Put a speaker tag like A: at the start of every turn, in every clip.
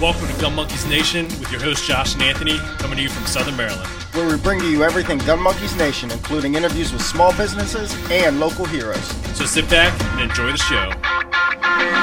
A: Welcome to Gun Monkeys Nation with your host Josh and Anthony, coming to you from Southern Maryland.
B: where we bring to you everything Gun Monkeys Nation, including interviews with small businesses and local heroes.
A: So sit back and enjoy the show.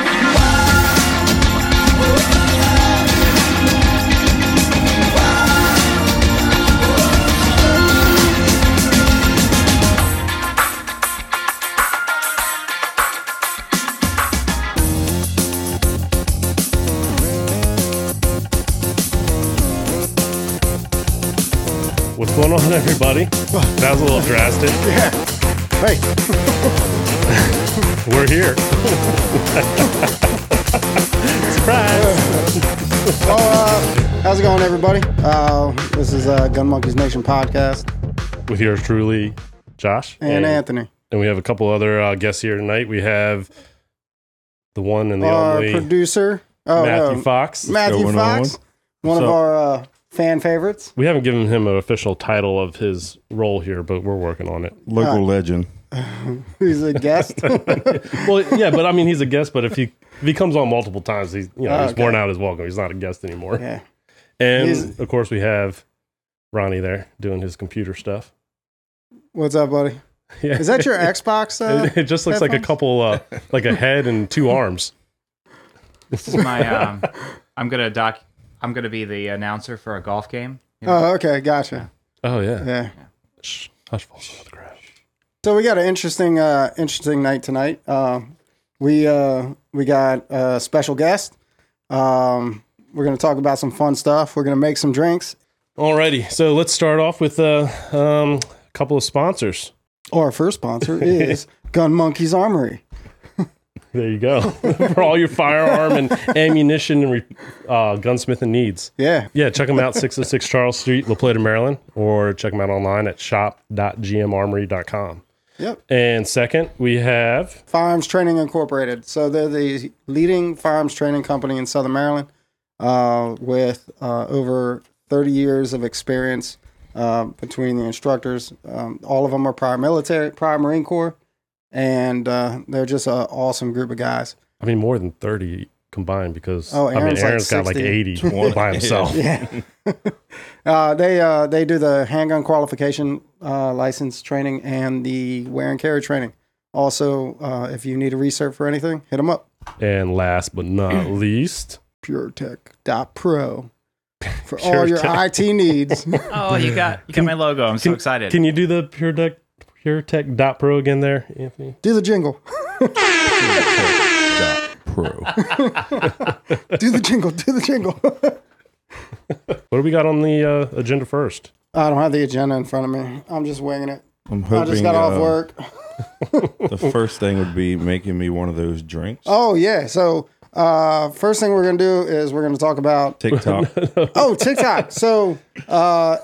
A: What's going on, everybody? That was a little drastic.
B: Hey,
A: We're here. Surprise!
B: how's it going, everybody? Uh, this is uh, Gun Monkeys Nation podcast
A: With yours truly, Josh.
B: and Anthony,
A: and we have a couple other uh, guests here tonight. We have the one and the
B: our
A: only
B: producer, oh,
A: Matthew
B: no,
A: Fox.
B: Matthew
C: going
B: Fox, one of
A: So-
B: our uh, fan favorites.
A: We haven't given him an official title of his role here, but we're working on it.
C: Local legend.
B: He's a guest.
A: Well, yeah, but I mean, he's a guest. But if he if he comes on multiple times, he's you know
B: Oh,
A: he's
B: okay.
A: worn out his welcome. He's not a guest anymore.
B: yeah,
A: And
B: He's-
A: of course, we have Ronnie there doing his computer stuff.
B: what's up, buddy?
A: Yeah,
B: Is that your Xbox? Uh,
A: it, it just looks like a
B: headphones?
A: couple, uh, like a head and two arms.
D: This is my. Um, I'm gonna doc. I'm gonna be the announcer for a golf game. You know,
B: oh, okay, gotcha.
A: Oh yeah.
B: Yeah.
A: Shh, hush, falls on the ground.
B: So we got an interesting, uh, interesting night tonight. Um, we uh, we got a special guest. Um, we're gonna talk about some fun stuff. We're gonna make some drinks
A: Alrighty, so let's start off with uh, um, a couple of sponsors.
B: Our first sponsor is Gun Monkeys Armory.
A: There you go for all your firearm and ammunition and re- uh, gunsmithing needs.
B: Yeah.
A: Yeah, check them out, 606 Charles Street, La Plata, Maryland, or check them out online at shop.gmarmory.com.
B: Yep.
A: And second, we have
B: Firearms Training Incorporated. So they're the leading firearms training company in Southern Maryland uh, with uh, over 30 years of experience uh, between the instructors. Um, all of them are prior military, prior Marine Corps, and uh, they're just an awesome group of guys.
A: I mean more than 30 combined because
B: Oh,
A: I mean
B: Aaron's like
A: Aaron's got like
B: 60.
A: 80 by himself.
B: Yeah. uh, they uh, they do the handgun qualification uh, license training and the wear and carry training. Also, uh, if you need a recert for anything, hit them up.
A: And last but not least,
B: PureTech.pro for all your
A: PureTech.
B: IT needs.
D: Oh, you got you got my logo. I'm so excited.
A: can you do the pure tech pure tech dot pro again there, Anthony?
B: do the jingle.
C: Pro.
B: Do the jingle. Do the jingle.
A: What do we got on the uh, agenda first?
B: I don't have the agenda in front of me. I'm just winging it.
C: I'm
B: I
C: hoping
B: just got off
C: uh,
B: work.
C: the first thing would be making me one of those drinks.
B: Oh yeah. So uh, first thing we're gonna do is we're gonna talk about
C: TikTok.
B: oh TikTok. So uh,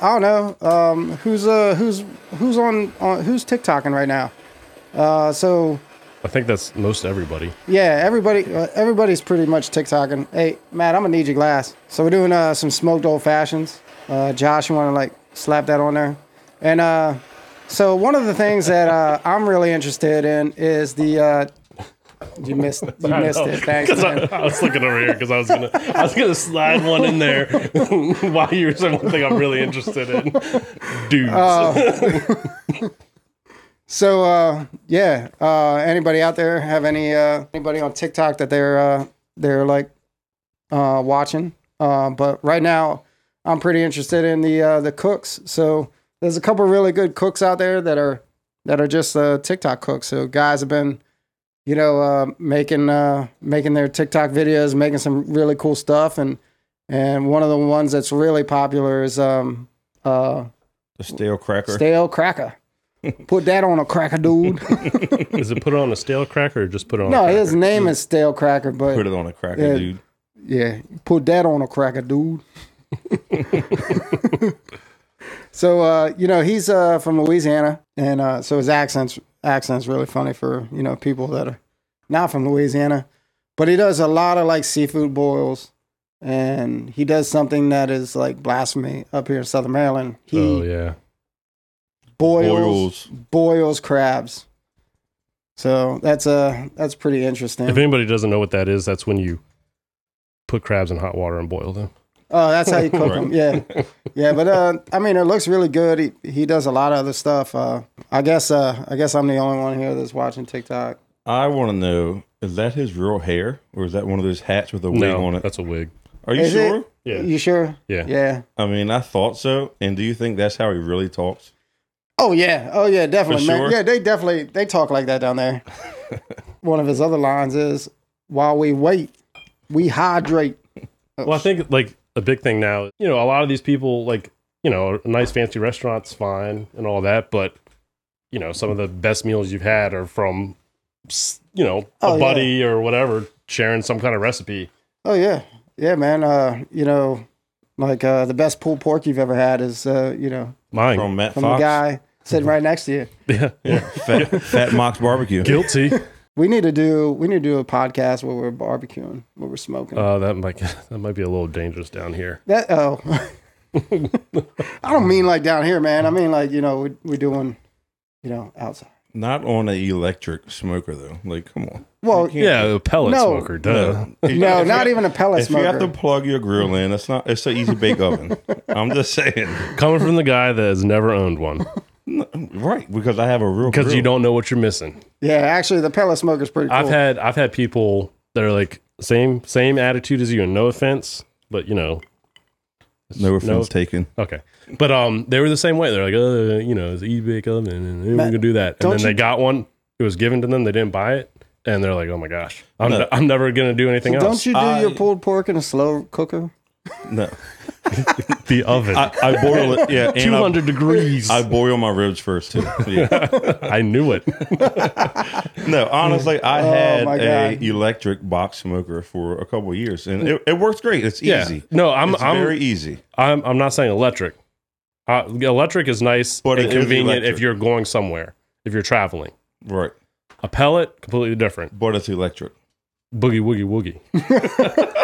B: I don't know um, who's uh, who's who's on, on who's TikToking right now. Uh, so
A: I think that's most everybody.
B: yeah, everybody uh, everybody's pretty much TikToking. Hey Matt, I'm gonna need your glass. So we're doing uh, some smoked old fashions. Uh, Josh, you want to like slap that on there? And uh, so one of the things that uh, I'm really interested in is the. Uh, you missed. You missed it. Thanks. man.
A: I was looking over here because I was gonna I was gonna slide one in there while you were saying one thing I'm really interested in. Dudes.
B: So uh, yeah, uh, anybody out there have any uh, anybody on TikTok that they're uh, they're like uh, watching? Uh, but right now, I'm pretty interested in the uh, the cooks. So there's a couple really good cooks out there that are that are just uh, TikTok cooks. So guys have been, you know, uh, making uh, making their TikTok videos, making some really cool stuff, and and one of the ones that's really popular is um, uh,
C: the stale cracker.
B: stale cracker. Put that on a cracker, dude.
A: Is it put it on a stale cracker or just put it on?
B: No,
A: a cracker?
B: his name is Stale Cracker, but
C: Put it on a cracker,
B: Yeah.
C: dude.
B: yeah, put that on a cracker, dude. so uh, you know he's uh, from Louisiana, and uh, so his accents accents really funny for you know people that are not from Louisiana, but he does a lot of like seafood boils, and he does something that is like blasphemy up here in Southern Maryland. He
A: Oh yeah.
B: boils
C: Boils.
B: boils crabs. So that's uh that's pretty interesting.
A: If anybody doesn't know what that is, that's when you put crabs in hot water and boil them.
B: Oh, that's how you cook them. Yeah, yeah. But uh, I mean, it looks really good. He, he does a lot of other stuff. Uh, I guess uh, I guess I'm the only one here that's watching TikTok.
C: I want to know: is that his real hair, or is that one of those hats with a wig
A: No,
C: on it?
A: that's a wig.
C: Are you
B: Is it?
C: sure?
A: Yeah.
B: You sure?
A: Yeah.
B: Yeah.
C: I mean, I thought so. And do you think that's how he really talks?
B: Oh yeah. Oh yeah. Definitely,
C: For
B: man.
C: sure?
B: Yeah, they definitely they talk like that down there. one of his other lines is, "While we wait, we hydrate."
A: Well, I think like a big thing now, you know, a lot of these people like, you know, a nice fancy restaurant's fine and all that, but you know, some of the best meals you've had are from, s- you know,
B: Oh,
A: a
B: yeah.
A: buddy or whatever sharing some kind of recipe.
B: Oh yeah, yeah, man. Uh, you know, like uh, the best pulled pork you've ever had is uh, you know
A: Mine,
C: From Matt
B: from
C: Fox, Mm-hmm.
B: the guy sitting right next to you.
A: yeah,
C: Fat, Fat Mox Barbecue.
A: guilty.
B: We need to do we need to do a podcast where we're barbecuing, where we're smoking.
A: Uh, that might that might be a little dangerous down here.
B: that oh, I don't mean like down here, man. I mean like you know we we doing, you know outside.
C: Not on an electric smoker though. Like, come on. Uh,
B: Well,
A: Yeah, a pellet
B: No.
A: smoker. Duh.
B: no, not even a pellet
C: If you have to
B: smoker.
C: plug your grill in, it's not. It's an easy bake oven. I'm just saying,
A: Coming from the guy that has never owned one
C: right? Because I have a real.
A: because you
C: grill.
A: don't know what you're missing.
B: Yeah, actually, the pellet smoker's pretty cool.
A: I've had I've had people that are like same same attitude as you, and no offense, but you know,
C: No offense
A: No.
C: taken.
A: Okay, but um, they were the same way. They're like, uh, you know, it's e-bake oven, and we're gonna do that. And
B: don't
A: then they
B: you-
A: got one. It was given to them. They didn't buy it, and they're like, oh my gosh, I'm
C: No.
A: I'm never gonna do anything
B: Don't
A: else.
B: you do
C: I-
B: your pulled pork in a slow cooker?
C: No,
A: the oven,
C: I, I boil it. Yeah,
A: two
C: and I,
A: hundred degrees.
C: I
A: I,
C: boil my ribs first too. Yeah.
A: knew it.
C: No, honestly, I had
B: my
C: a
B: God.
C: electric box smoker for a couple of years, and it, it works great. It's
A: Yeah.
C: easy.
A: No, I'm
C: it's
A: I'm,
C: very e- easy.
A: I'm I'm not saying electric. Uh, electric is nice
C: But
A: and
C: it is
A: convenient if
C: electric.
A: you're going somewhere, if you're traveling.
C: Right,
A: A pellet, completely different.
C: but it's electric.
A: Boogie woogie woogie.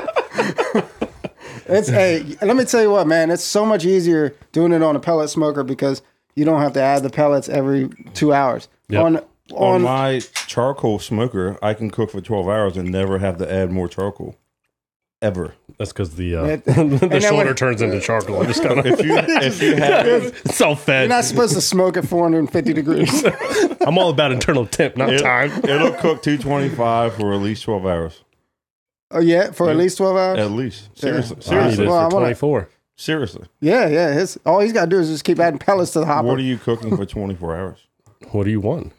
B: It's hey, let me tell you what, man. It's so much easier doing it on a pellet smoker because you don't have to add the pellets every two hours.
A: Yep.
B: On
C: On,
B: on
C: my charcoal smoker, I can cook for twelve hours and never have to add more charcoal, ever.
A: That's because the uh,
B: It-
A: the
B: and that
A: shoulder
B: one-
A: turns into charcoal. I'm just kind
C: If you if you have
A: of self fed.
B: you're not supposed to smoke at 450 degrees.
A: I'm all about internal temp, not
C: it,
A: time.
C: it'll cook two twenty five for at least twelve hours.
B: Oh yeah, for at least 12 hours.
C: At least, seriously,
A: I need
C: seriously,
A: it
B: Well, I
A: for
B: wanna-
A: 24.
C: seriously.
B: Yeah, yeah. His all he's got to do is just keep adding pellets to the hopper.
C: What are you cooking for twenty four hours?
A: What do you want?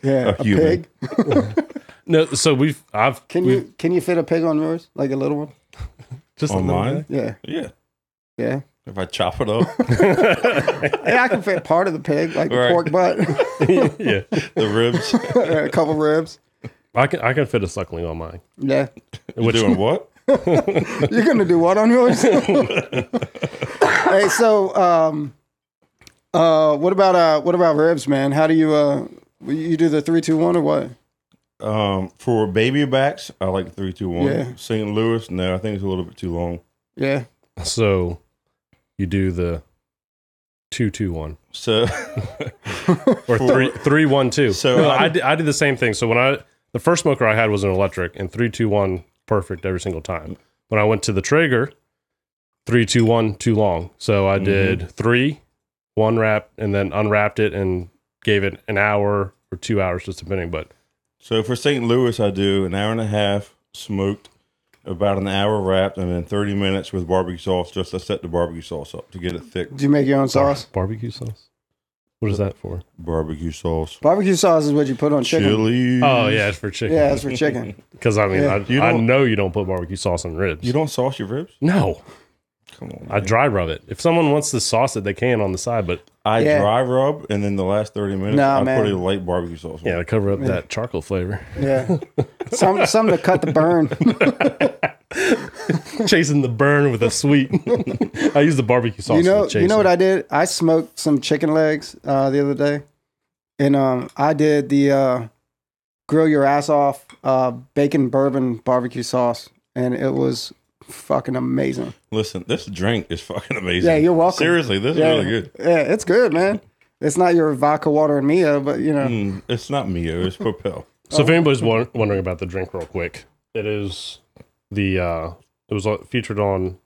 B: yeah, a
C: human.
B: pig.
A: No, so we've I've
B: Can you can you fit a pig on yours, like a little one?
A: just a
C: On
A: little
C: mine?
B: Yeah,
C: Yeah.
B: yeah.
C: If I chop it up,
B: Yeah, I can fit part of the pig, like the
C: Right.
B: pork butt,
A: bit. yeah,
C: the ribs.
B: a couple ribs.
A: I can I can fit a suckling on mine.
B: Yeah,
A: Which
C: Doing what?
B: you're gonna do what on yours? hey, so um, uh, what about uh, what about ribs, man? How do you uh, you do the three, two, one, or what?
C: Um, for baby backs, I like three, two, one.
B: Yeah.
C: St. Louis, no, I think it's a little bit too long.
B: Yeah,
A: so you do the two two one.
C: So,
A: or
C: For-
A: three three one two.
C: So-
A: no, I did, I did the same thing. So when I the first smoker I had was an electric and three two one perfect every single time. When I went to the Traeger, three two one too long. So I did three, one wrap, and then unwrapped it and gave it an hour or two hours, just depending. But
C: so for St. Louis, I do an hour and a half smoked, about an hour wrapped, and then 30 minutes with barbecue sauce just to set the barbecue sauce up to get it thick.
B: do you make your own sauce?
A: barbecue sauce. What is that for?
C: Barbecue sauce,
B: Barbecue sauce is what you put on chicken.
C: chili.
A: Oh yeah, it's for chicken.
B: Yeah, that's for chicken.
A: Because I mean, I,
B: Yeah.
C: You
A: I
C: don't-
A: know you don't put barbecue sauce on ribs.
C: You don't sauce your ribs?
A: no,
C: Come on.
A: I dry rub it. If someone wants to sauce it, they can on the side, but
C: I
B: Yeah.
C: dry rub, and then the last 30 minutes,
B: Nah,
C: I
B: man.
C: put a light barbecue sauce on.
A: yeah, to cover up that charcoal flavor.
B: Yeah. Some some to cut the burn.
A: chasing the burn with a sweet. I use the barbecue sauce.
B: you know,
A: for the
B: you know what I did? I smoked some chicken legs uh, the other day, and um, I did the uh, grill your ass off uh, bacon bourbon barbecue sauce, and it was fucking amazing.
C: Listen, this drink is fucking amazing.
B: Yeah, you're welcome.
C: Seriously, this
B: yeah,
C: is really good.
B: Yeah, it's good, man. It's not your vodka water and Mia, but you know,
C: Mm, it's not Mio, it's Propel.
A: So if anybody's won- wondering about the drink, real quick, it is the uh it was on- featured on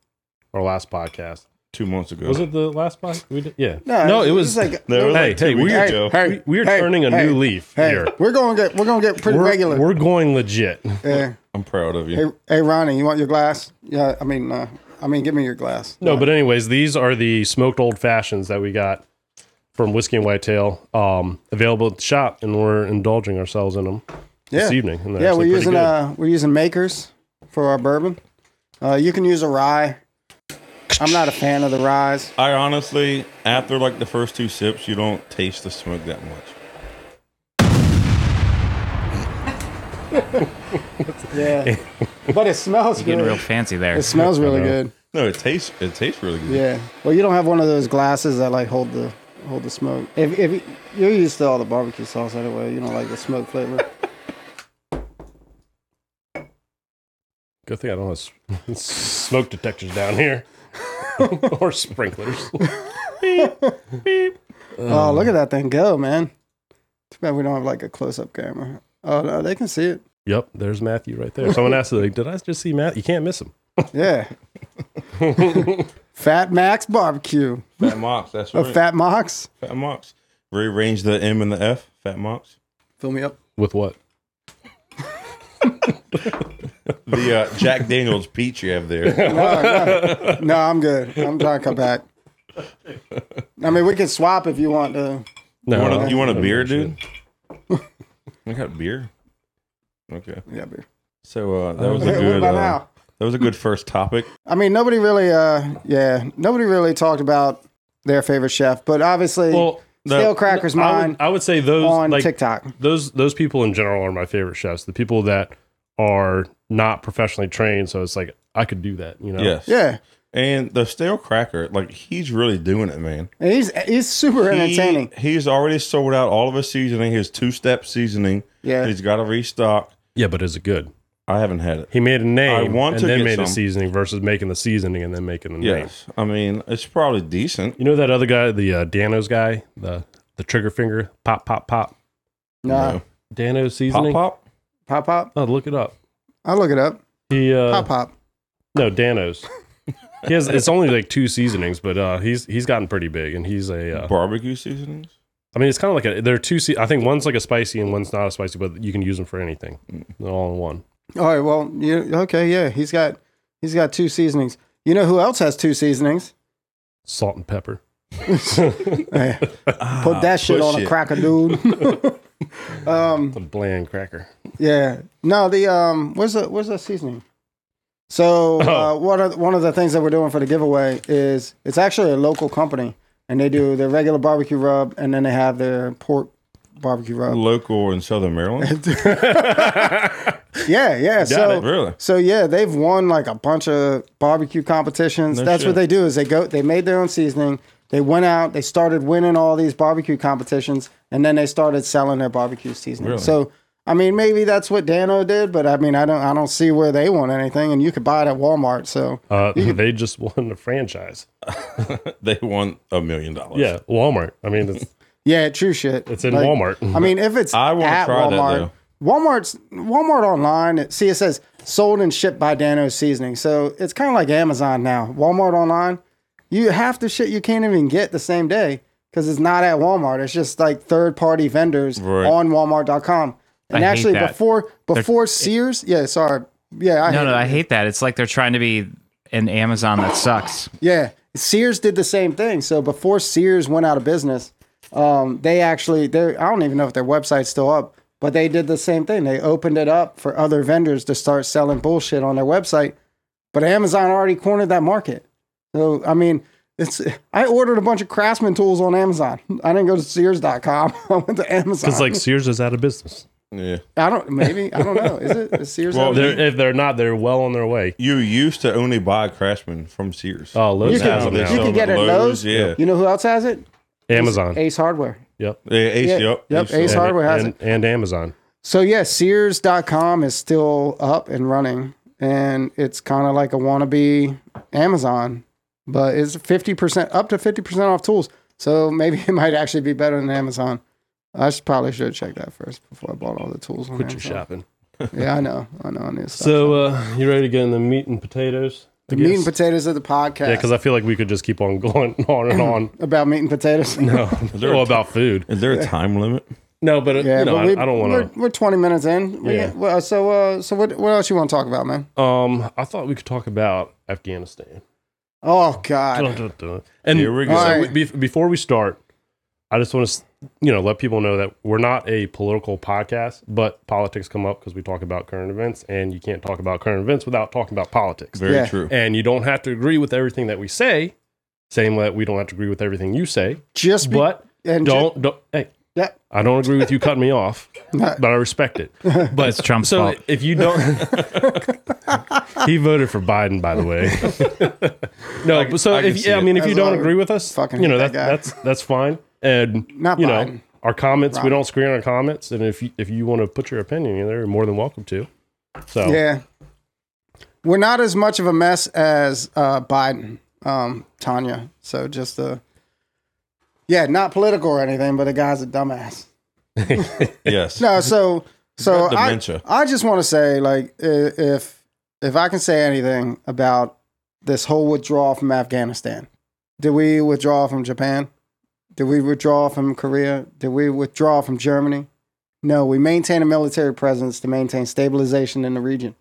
A: our last podcast.
C: Two months ago.
A: Was it the last podcast we did? Yeah.
B: No,
A: no,
B: it
A: it was.
B: was like-
C: No, it was
A: hey,
C: like two
A: hey,
C: weeks
A: we,
B: hey,
C: ago.
B: hey,
A: we are
B: hey,
A: turning a
B: hey,
A: new leaf
B: hey,
A: here.
B: We're gonna get we're gonna get pretty
A: We're,
B: regular.
A: we're going legit.
B: yeah.
C: I'm proud of you.
B: Hey, hey, Ronnie, you want your glass? Yeah, I mean, uh, I mean, give me your glass.
A: No, but anyways, these are the smoked old fashions that we got from Whiskey and Whitetail, um, available at the shop, and we're indulging ourselves in them this
B: Yeah.
A: evening. and they're
B: Yeah,
A: actually pretty
B: we're using
A: good.
B: uh, we're using makers for our bourbon. Uh, you can use a rye. I'm not a fan of the rye.
C: I honestly, after like the first two sips, you don't taste the smoke that much.
B: Yeah, but it smells good.
D: Getting real fancy there.
B: it smells really
A: know.
B: good.
C: No, it tastes it tastes really good.
B: Yeah. Well, you don't have one of those glasses that like hold the hold the smoke. If if you- you're used to all the barbecue sauce anyway, you don't like the smoke flavor.
A: Good thing I don't have s- smoke detectors down here or sprinklers.
B: oh, look at that thing go, man! Too bad we don't have like a close up camera. Oh no, they can see it.
A: yep, there's Matthew right there. Someone asked, like, "Did I just see Matt? You can't miss him."
B: Yeah. Fat Max Barbecue.
C: Fat Mox, that's
B: A
C: right. Fat-,
B: Fat Mox.
C: Mox. Rearrange the M and the F. Fat Mox.
B: Fill me up.
A: With what?
C: The uh, Jack Daniels peach you have there.
B: No, I'm good. I'm trying to come back. I mean, we can swap if you want to.
A: No,
C: You want a, you want a
A: no,
C: beer,
A: no shit.
C: dude? I got beer. Okay.
B: Yeah, beer.
C: So uh, that was a
B: What
C: good.
B: about
C: uh,
B: now?
C: That was a good first topic.
B: I mean, nobody really. Uh, yeah, nobody really talked about their favorite chef, but obviously,
A: Well,
C: no,
B: stale crackers
A: I
B: mine
A: would, I would say those
B: on
A: like
B: TikTok.
A: those those people in general are my favorite chefs. The people that are not professionally trained, so it's like I could do that. You know?
C: Yes.
B: Oh. Yeah,
C: And the stale cracker, like he's really doing it, man.
B: and he's he's super
C: He-
B: entertaining.
C: he's already sold out all of his seasoning, his two step seasoning.
B: Yeah.
C: He's got to restock.
A: Yeah, but is it good?
C: I haven't had it.
A: He made a name
C: I want
A: and
C: to
A: then
C: get
A: made a
C: some.
A: seasoning versus making the seasoning and then making the name.
C: Yes. I mean, it's probably decent.
A: You know that other guy, the uh, Dano's guy, the the trigger finger, pop, pop, pop,
B: Nah,
C: No.
A: Dano
C: Pop
A: seasoning.
C: pop.
B: pop pop.
A: Oh, look it up.
B: I'll look it up.
A: He uh,
B: Pop pop.
A: no Dano's. he has it's only like two seasonings, but uh, he's he's gotten pretty big, and he's a. Uh,
C: Barbecue seasonings.
A: I mean, it's kind of like a. There are two. Se- I think one's like a spicy and one's not a spicy, but you can use them for anything. They're all in one.
B: All right. Well, you okay? Yeah, he's got he's got two seasonings. You know who else has two seasonings?
A: Salt and pepper.
B: Eh, put that shit
C: push
B: on a
C: it.
B: cracker, dude. Um,
A: It's a bland cracker.
B: yeah. No, the um, where's the where's the seasoning? So uh, what are, one of the things that we're doing for the giveaway is it's actually a local company, and they do their regular barbecue rub, and then they have their pork barbecue rub.
C: Local in Southern Maryland.
B: Yeah, yeah. so
A: it.
C: really?
B: So yeah, they've won like a bunch of barbecue competitions. That's what
C: shit.
B: they do is they go they made their own seasoning. They went out, they started winning all these barbecue competitions, and then they started selling their barbecue seasoning.
C: Really?
B: So I mean, maybe that's what Dano did, but I mean, I don't, I don't see where they want anything, and you could buy it at Walmart. So
A: Uh, they just won the franchise.
C: They won a million dollars.
A: Yeah, Walmart. I mean, it's,
B: yeah, true shit.
A: it's in
B: Like,
A: Walmart.
B: I mean, if it's
C: I wanna
B: at
C: try that,
B: Walmart,
C: though.
B: Walmart's Walmart online. it- See, it says sold and shipped by Dano Seasoning, so it's kind of like Amazon now. Walmart online, you half the shit you can't even get the same day because it's not at Walmart. It's just like third party vendors
C: Right.
B: on Walmart.com. And
D: I hate
B: actually,
D: that.
B: before before Sears, yeah, sorry, yeah, I
D: no,
B: hate-
D: no, I hate that. It's like they're trying to be an Amazon that sucks.
B: Yeah, Sears did the same thing. So before Sears went out of business, um, they actually they I don't even know if their website's still up, but they did the same thing. They opened it up for other vendors to start selling bullshit on their website, but Amazon already cornered that market. So I mean, it's I ordered a bunch of Craftsman tools on Amazon. I didn't go to Sears.com. I went to Amazon.
A: it's like Sears is out of business.
C: Yeah.
B: I don't maybe I don't know. Is it is Sears?
C: Well,
B: out of
A: They're, if they're not, they're well on their way.
C: You used to only buy Craftsman from Sears.
A: Oh, Lowe's
B: You can-
A: has
C: Now
A: them
C: they
B: you
A: now.
B: can
C: sell them
B: get
C: at
B: it at Lowe's?
C: Yeah.
B: You know who else has it?
A: Amazon.
B: Ace Hardware.
A: yep.
C: Yeah, Ace,
B: Yeah,
C: yep.
B: yep, Ace
A: And-
B: Hardware has
A: and, and Amazon.
B: So yeah, Sears.com is still up and running. and it's kind of like a wannabe Amazon, but it's fifty percent up to fifty percent off tools. So maybe it might actually be better than Amazon. I should, probably should check that first before I bought all the tools. on
A: Quit your
B: Amazon.
A: shopping.
B: Yeah, I know. I know. I need to stop
A: So, uh, you ready to get in the meat and potatoes?
B: the meat and potatoes of the podcast.
A: Yeah, because I feel like we could just keep on going on and on.
B: about meat and potatoes.
A: No, well, about food.
C: Is there a time limit?
A: No, but uh, you know, I, I don't
B: we're,
A: want
B: we're 20 minutes in. We
A: Yeah.
B: get- well, so, uh, so what, what else you want to talk about, man?
A: to. Um, I thought we could talk about Afghanistan.
B: Oh God,
A: Dun, dun, dun. And
C: Here we go.
A: so
B: All right.
A: we- bef- before we start, I just want to, you know, let people know that we're not a political podcast, but politics come up because we talk about current events, and you can't talk about current events without talking about politics.
C: Very
B: Yeah.
C: true.
A: And you don't have to agree with everything that we say. Same that we don't have to agree with everything you say,
B: just be-
A: but
B: and ju-
A: don't don't. Hey,
B: yeah,
A: I don't agree with you cutting me off, but I respect it. But
D: It's Trump's
A: so
D: fault.
A: if you don't, he voted for Biden, by the way. no, but so
C: I can
A: if
C: see
A: yeah, I
C: it.
A: mean, if
B: That's
A: you don't
B: why I
A: agree with us,
B: fucking
A: you know that,
B: hate that
A: that's that's fine. And
B: Not
A: you know
B: Biden.
A: our comments, we
B: Ron.
A: don't screen our comments, and if you, if you want to put your opinion in there, you're more than welcome to. So
B: yeah. We're not as much of a mess as uh, Biden, um, Tanya. So just uh, yeah, not political or anything, but the guy's a dumbass.
C: Yes.
B: No, so so
C: got
B: I,
C: dementia.
B: I just want to say like i- if if I can say anything about this whole withdrawal from Afghanistan. Did we withdraw from Japan? Did we withdraw from Korea? Did we withdraw from Germany? No, we maintain a military presence to maintain stabilization in the region.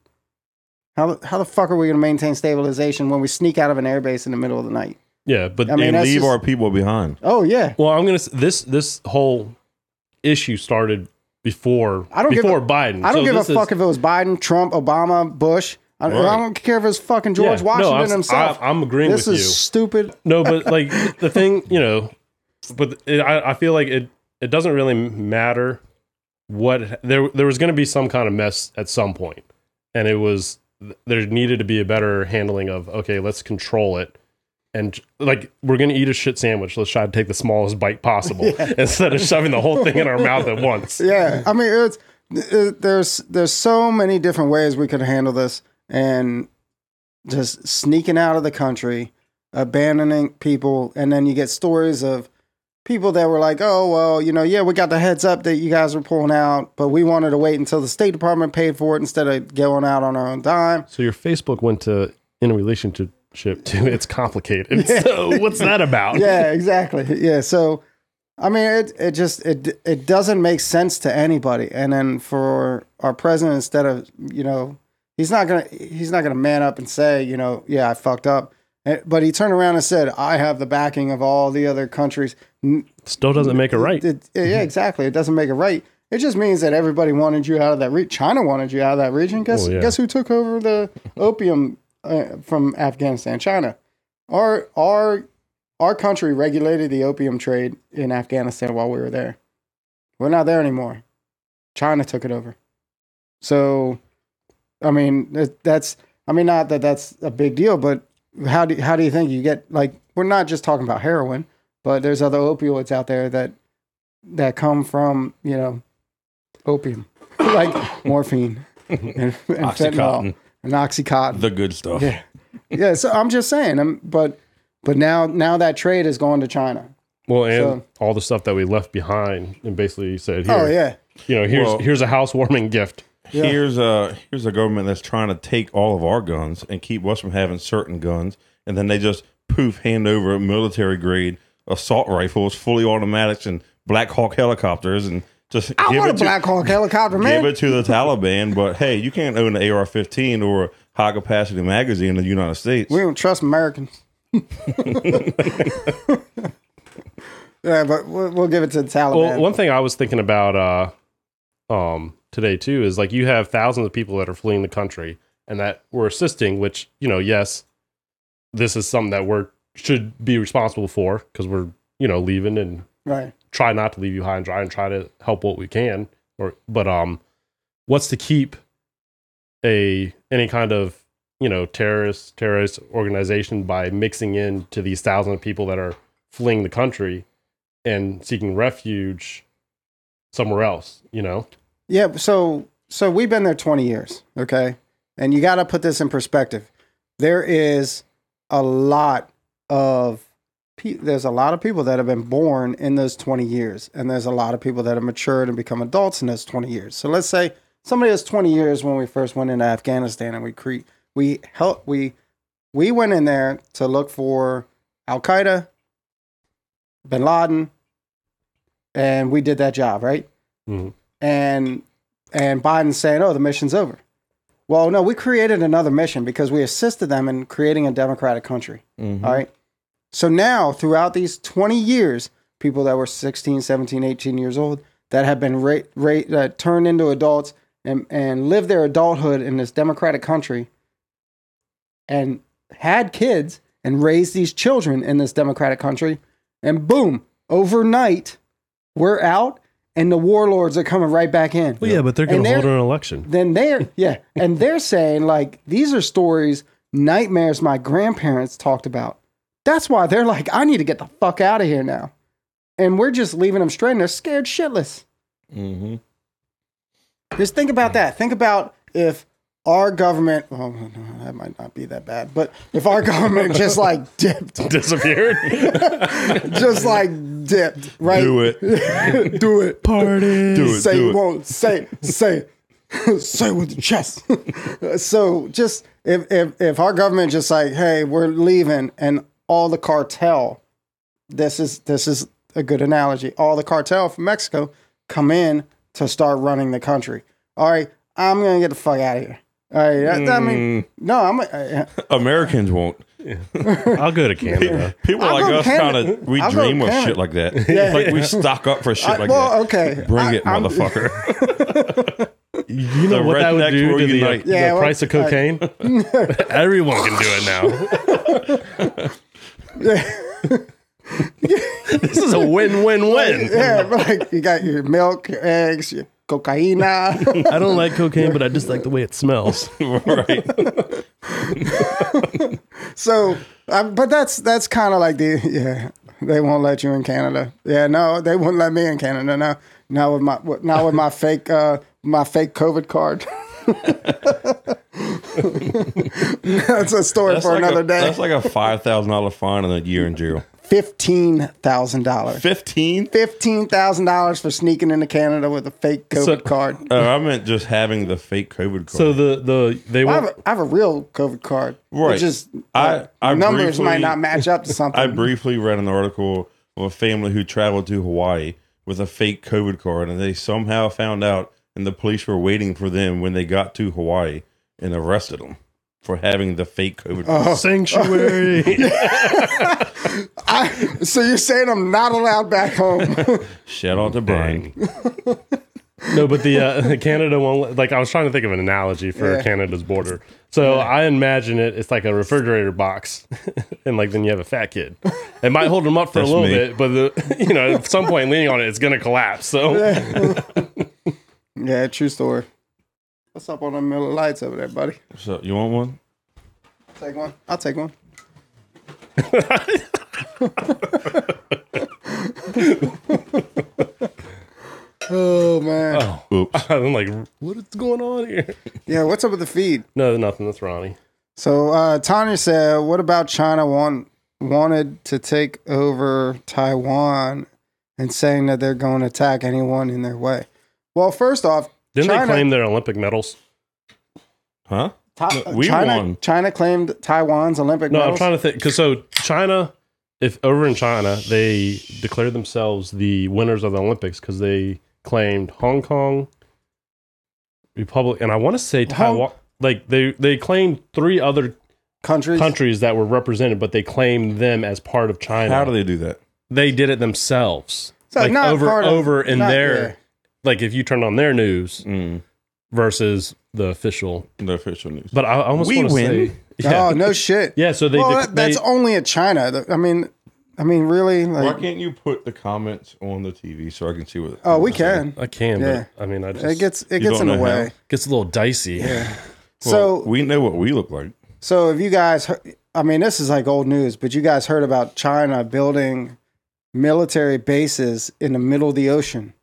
B: How, the- how the fuck are we going to maintain stabilization when we sneak out of an airbase in the middle of the night?
A: yeah, but
B: I mean,
C: and
B: that's
C: leave
B: just-
C: our people behind.
B: Oh, yeah.
A: well, I'm gonna s- this this whole issue started before
B: I don't give
A: before
B: a-
A: Biden.
B: I don't
A: So
B: give a
A: this is-
B: fuck if it was Biden, Trump, Obama, Bush. I,
C: Right.
B: I don't care if it's fucking
A: yeah,
B: George
A: no,
B: Washington
A: I'm-
B: himself.
A: I, am agreeing
B: this
A: with
B: is
A: you.
B: stupid.
A: No, but like the thing, you know, but it, I, I feel like it it doesn't really matter what there there was going to be some kind of mess at some point, and it was there needed to be a better handling of okay, let's control it. And like we're gonna eat a shit sandwich, let's try to take the smallest bite possible instead of shoving the whole thing in our mouth at once.
B: Yeah, I mean, it's it, there's there's so many different ways we could handle this, and just sneaking out of the country, abandoning people, and then you get stories of people that were like, "Oh, well, you know, yeah, we got the heads up that you guys were pulling out, but we wanted to wait until the State Department paid for it instead of going out on our own dime."
A: So your Facebook went to in a relationship to it's complicated. So what's that about?
B: yeah, exactly. Yeah, so I mean, it it just it it doesn't make sense to anybody. And then for our president, instead of you know, he's not gonna he's not gonna man up and say you know, yeah, I fucked up. Eh, But he turned around and said, "I have the backing of all the other countries." N-
A: Still doesn't make it right. Mm-hmm.
B: It, it- yeah, exactly. It doesn't make it right. It just means that everybody wanted you out of that region. China wanted you out of that region. Guess
A: Oh, yeah.
B: guess who took over the opium uh, from Afghanistan? China. Our our our country regulated the opium trade in Afghanistan while we were there. We're not there anymore. China took it over. So, I mean, that- that's I mean, not that that's a big deal, but how do how do you think you get like we're not just talking about heroin, but there's other opioids out there that that come from you know opium, like morphine and, and fentanyl
C: Oxycontin.
B: and oxycontin
C: The good stuff.
B: Yeah. yeah, so I'm just saying. I'm, but but now now that trade is going to China.
A: Well, and
B: So-
A: all the stuff that we left behind, and basically said, "Here,
B: Oh yeah,
A: you know, here's
C: Well-
A: here's a housewarming gift."
B: Yeah.
C: Here's a here's a government that's trying to take all of our guns and keep us from having certain guns, and then they just poof hand over military grade assault rifles, fully automatics, and Black Hawk helicopters, and just
B: I
C: give
B: want
C: it
B: a
C: to-
B: Black Hawk helicopter,
C: give
B: man.
C: it to the Taliban. But hey, you can't own an AR-15 or a high capacity magazine in the United States.
B: We don't trust Americans. yeah, but we'll, we'll give it to the
A: Well,
C: Oh,
B: Taliban.
A: one thing I was thinking about uh, um, today too is like you have thousands of people that are fleeing the country and that we're assisting, which you know, yes, this is something that we're should be responsible for because we're you know leaving and
B: right?
A: try not to leave you high and dry and try to help what we can or but um what's to keep a any kind of you know terrorist terrorist organization by mixing in to these thousands of people that are fleeing the country and seeking refuge somewhere else you know
B: Yeah. So so we've been there 20 years. Okay. and you got to put this in perspective. There is a lot of pe- there's a lot of people that have been born in those 20 years, and there's a lot of people that have matured and become adults in those 20 years. So let's say somebody that's 20 years when we first went into Afghanistan, and we cre- we help we we went in there to look for Al Qaeda, Bin Laden, and we did that job right.
A: Mhm.
B: And and Biden's saying, "Oh, the mission's over." Well, no, we created another mission because we assisted them in creating a democratic country.
C: Mhm.
B: All right. So now, throughout these 20 years, people that were 16, 17, 18 years old that have been ra- ra- uh, turned into adults and, and lived their adulthood in this democratic country and had kids and raised these children in this democratic country. And boom, overnight, we're out and the warlords are coming right back in
A: Well, yeah, but they're going
B: And
A: to hold
B: they're-
A: an election.
B: then they're yeah and they're saying like these are stories nightmares my grandparents talked about that's why they're like i need to get the fuck out of here now and we're just leaving them straight and they're scared shitless
C: Mhm.
B: just think about that think about if our government well no, that might not be that bad but if our government just like dipped
A: Disappeared.
B: just like dipped right
C: Do it.
B: do it
A: Party.
C: Do it.
B: say
C: do
B: you
C: it.
B: won't say say say with the chest. so just if if if our government just like, hey, we're leaving, and all the cartel, this is this is a good analogy. All the cartel from Mexico come in to start running the country. All right, I'm gonna get the fuck out of here. All right, I, I
C: Mm.
B: mean, no, I'm. I,
C: Americans won't.
A: I'll go to Canada.
C: People
B: I'll
C: like
B: go
C: us kind
B: Canada.
C: of we
B: I'll go
C: dream of
B: Canada.
C: shit like that. Like we stock up for shit
B: I-
C: like
B: well,
C: that.
B: okay,
C: Bring
B: I-
C: it,
B: I'm-
C: motherfucker.
A: You know
C: The
A: what that would
C: rednecks
A: do
C: will
A: to the, uh,
C: unite.
A: the
B: Yeah, well,
A: price of
B: I-
A: cocaine? Everyone can do it now. this is a win-win-win.
B: Yeah, but like you got your milk, your eggs, your cocaina.
A: I don't like cocaine, but I just like the way it smells.
C: right.
B: So, um, but that's that's kind of like the yeah. They won't let you in Canada. Yeah, no, they wouldn't let me in Canada. No, not with my with- not with my fake uh my fake COVID card. that's a story
C: That's
B: for
C: like
B: another
C: a,
B: day.
C: That's like a five thousand dollar fine and a year in jail.
B: Fifteen thousand dollars.
C: Fifteen?
B: Fifteen thousand dollars for sneaking into Canada with a fake COVID
A: So-
B: card.
C: Oh, I meant just having the fake COVID card.
A: So the the they
B: I
A: won't
B: have, a, I have a real COVID card.
C: Right.
B: It's just uh,
C: I- I
B: numbers might
C: briefly-
B: not match up to something.
C: I briefly read an article of a family who traveled to Hawaii with a fake COVID card, and they somehow found out, and the police were waiting for them when they got to Hawaii and arrested them for having the fake COVID
A: Oh.
C: card.
B: oh.
A: sanctuary.
B: I, so you're saying I'm not allowed back home?
C: Shout out to Brian.
A: no, but the uh, Canada won't. let- Like I was trying to think of an analogy for
B: Yeah.
A: Canada's border. So I imagine it. It's like a refrigerator box, and like then you have a fat kid. It might hold them up for
C: That's
A: a little
C: me.
A: bit, but the, you know at some point leaning on it, it's gonna collapse. So
B: Yeah, true story. What's up on the Miller Lights over there, buddy?
C: So you want one?
B: Take one. I'll take one. oh man.
C: Oops.
A: I'm like, what is going on here?
B: Yeah, what's up with the feed?
A: No, nothing. That's Ronnie.
B: So uh, Tanya said, "What about China want, wanted to take over Taiwan and saying that they're going to attack anyone in their way?" Well, first off,
A: Didn't
B: China-
A: they claim their Olympic medals?
C: Huh?
B: Ti-
C: we
B: China,
C: won.
B: China claimed Taiwan's Olympic
A: No, I'm
B: medals.
A: trying to think. Because so China, if over in China, they declared themselves the winners of the Olympics because they claimed Hong Kong, Republic, and I want to say Taiwan. Like they they claimed three other
B: Countries.
A: countries that were represented, but they claimed them as part of China.
C: How do they do that?
A: they did it themselves.
B: So
A: like
B: not
A: over
B: part of-
A: over in
B: not-
A: their
B: yeah.
A: like if you turn on their news
C: Mm,
A: versus the official.
C: the official news.
A: But I, I almost
C: We
A: want to
C: win.
A: say yeah.
B: Oh no shit.
A: Yeah, so they
B: well,
A: dec-
B: that, that's
A: they-
B: only in China. Th- I mean, I mean, really?
C: Why
B: Like,
C: can't you put the comments on the TV so I can see what?
B: oh, we can.
A: I can,
B: Yeah.
A: but I mean, I just
B: It gets it
C: You
B: gets in the
C: don't know
B: way.
C: how.
A: gets a little dicey.
B: So
C: we know what we look like.
B: so if you guys, he- I mean, this is like old news, but you guys heard about China building military bases in the middle of the ocean,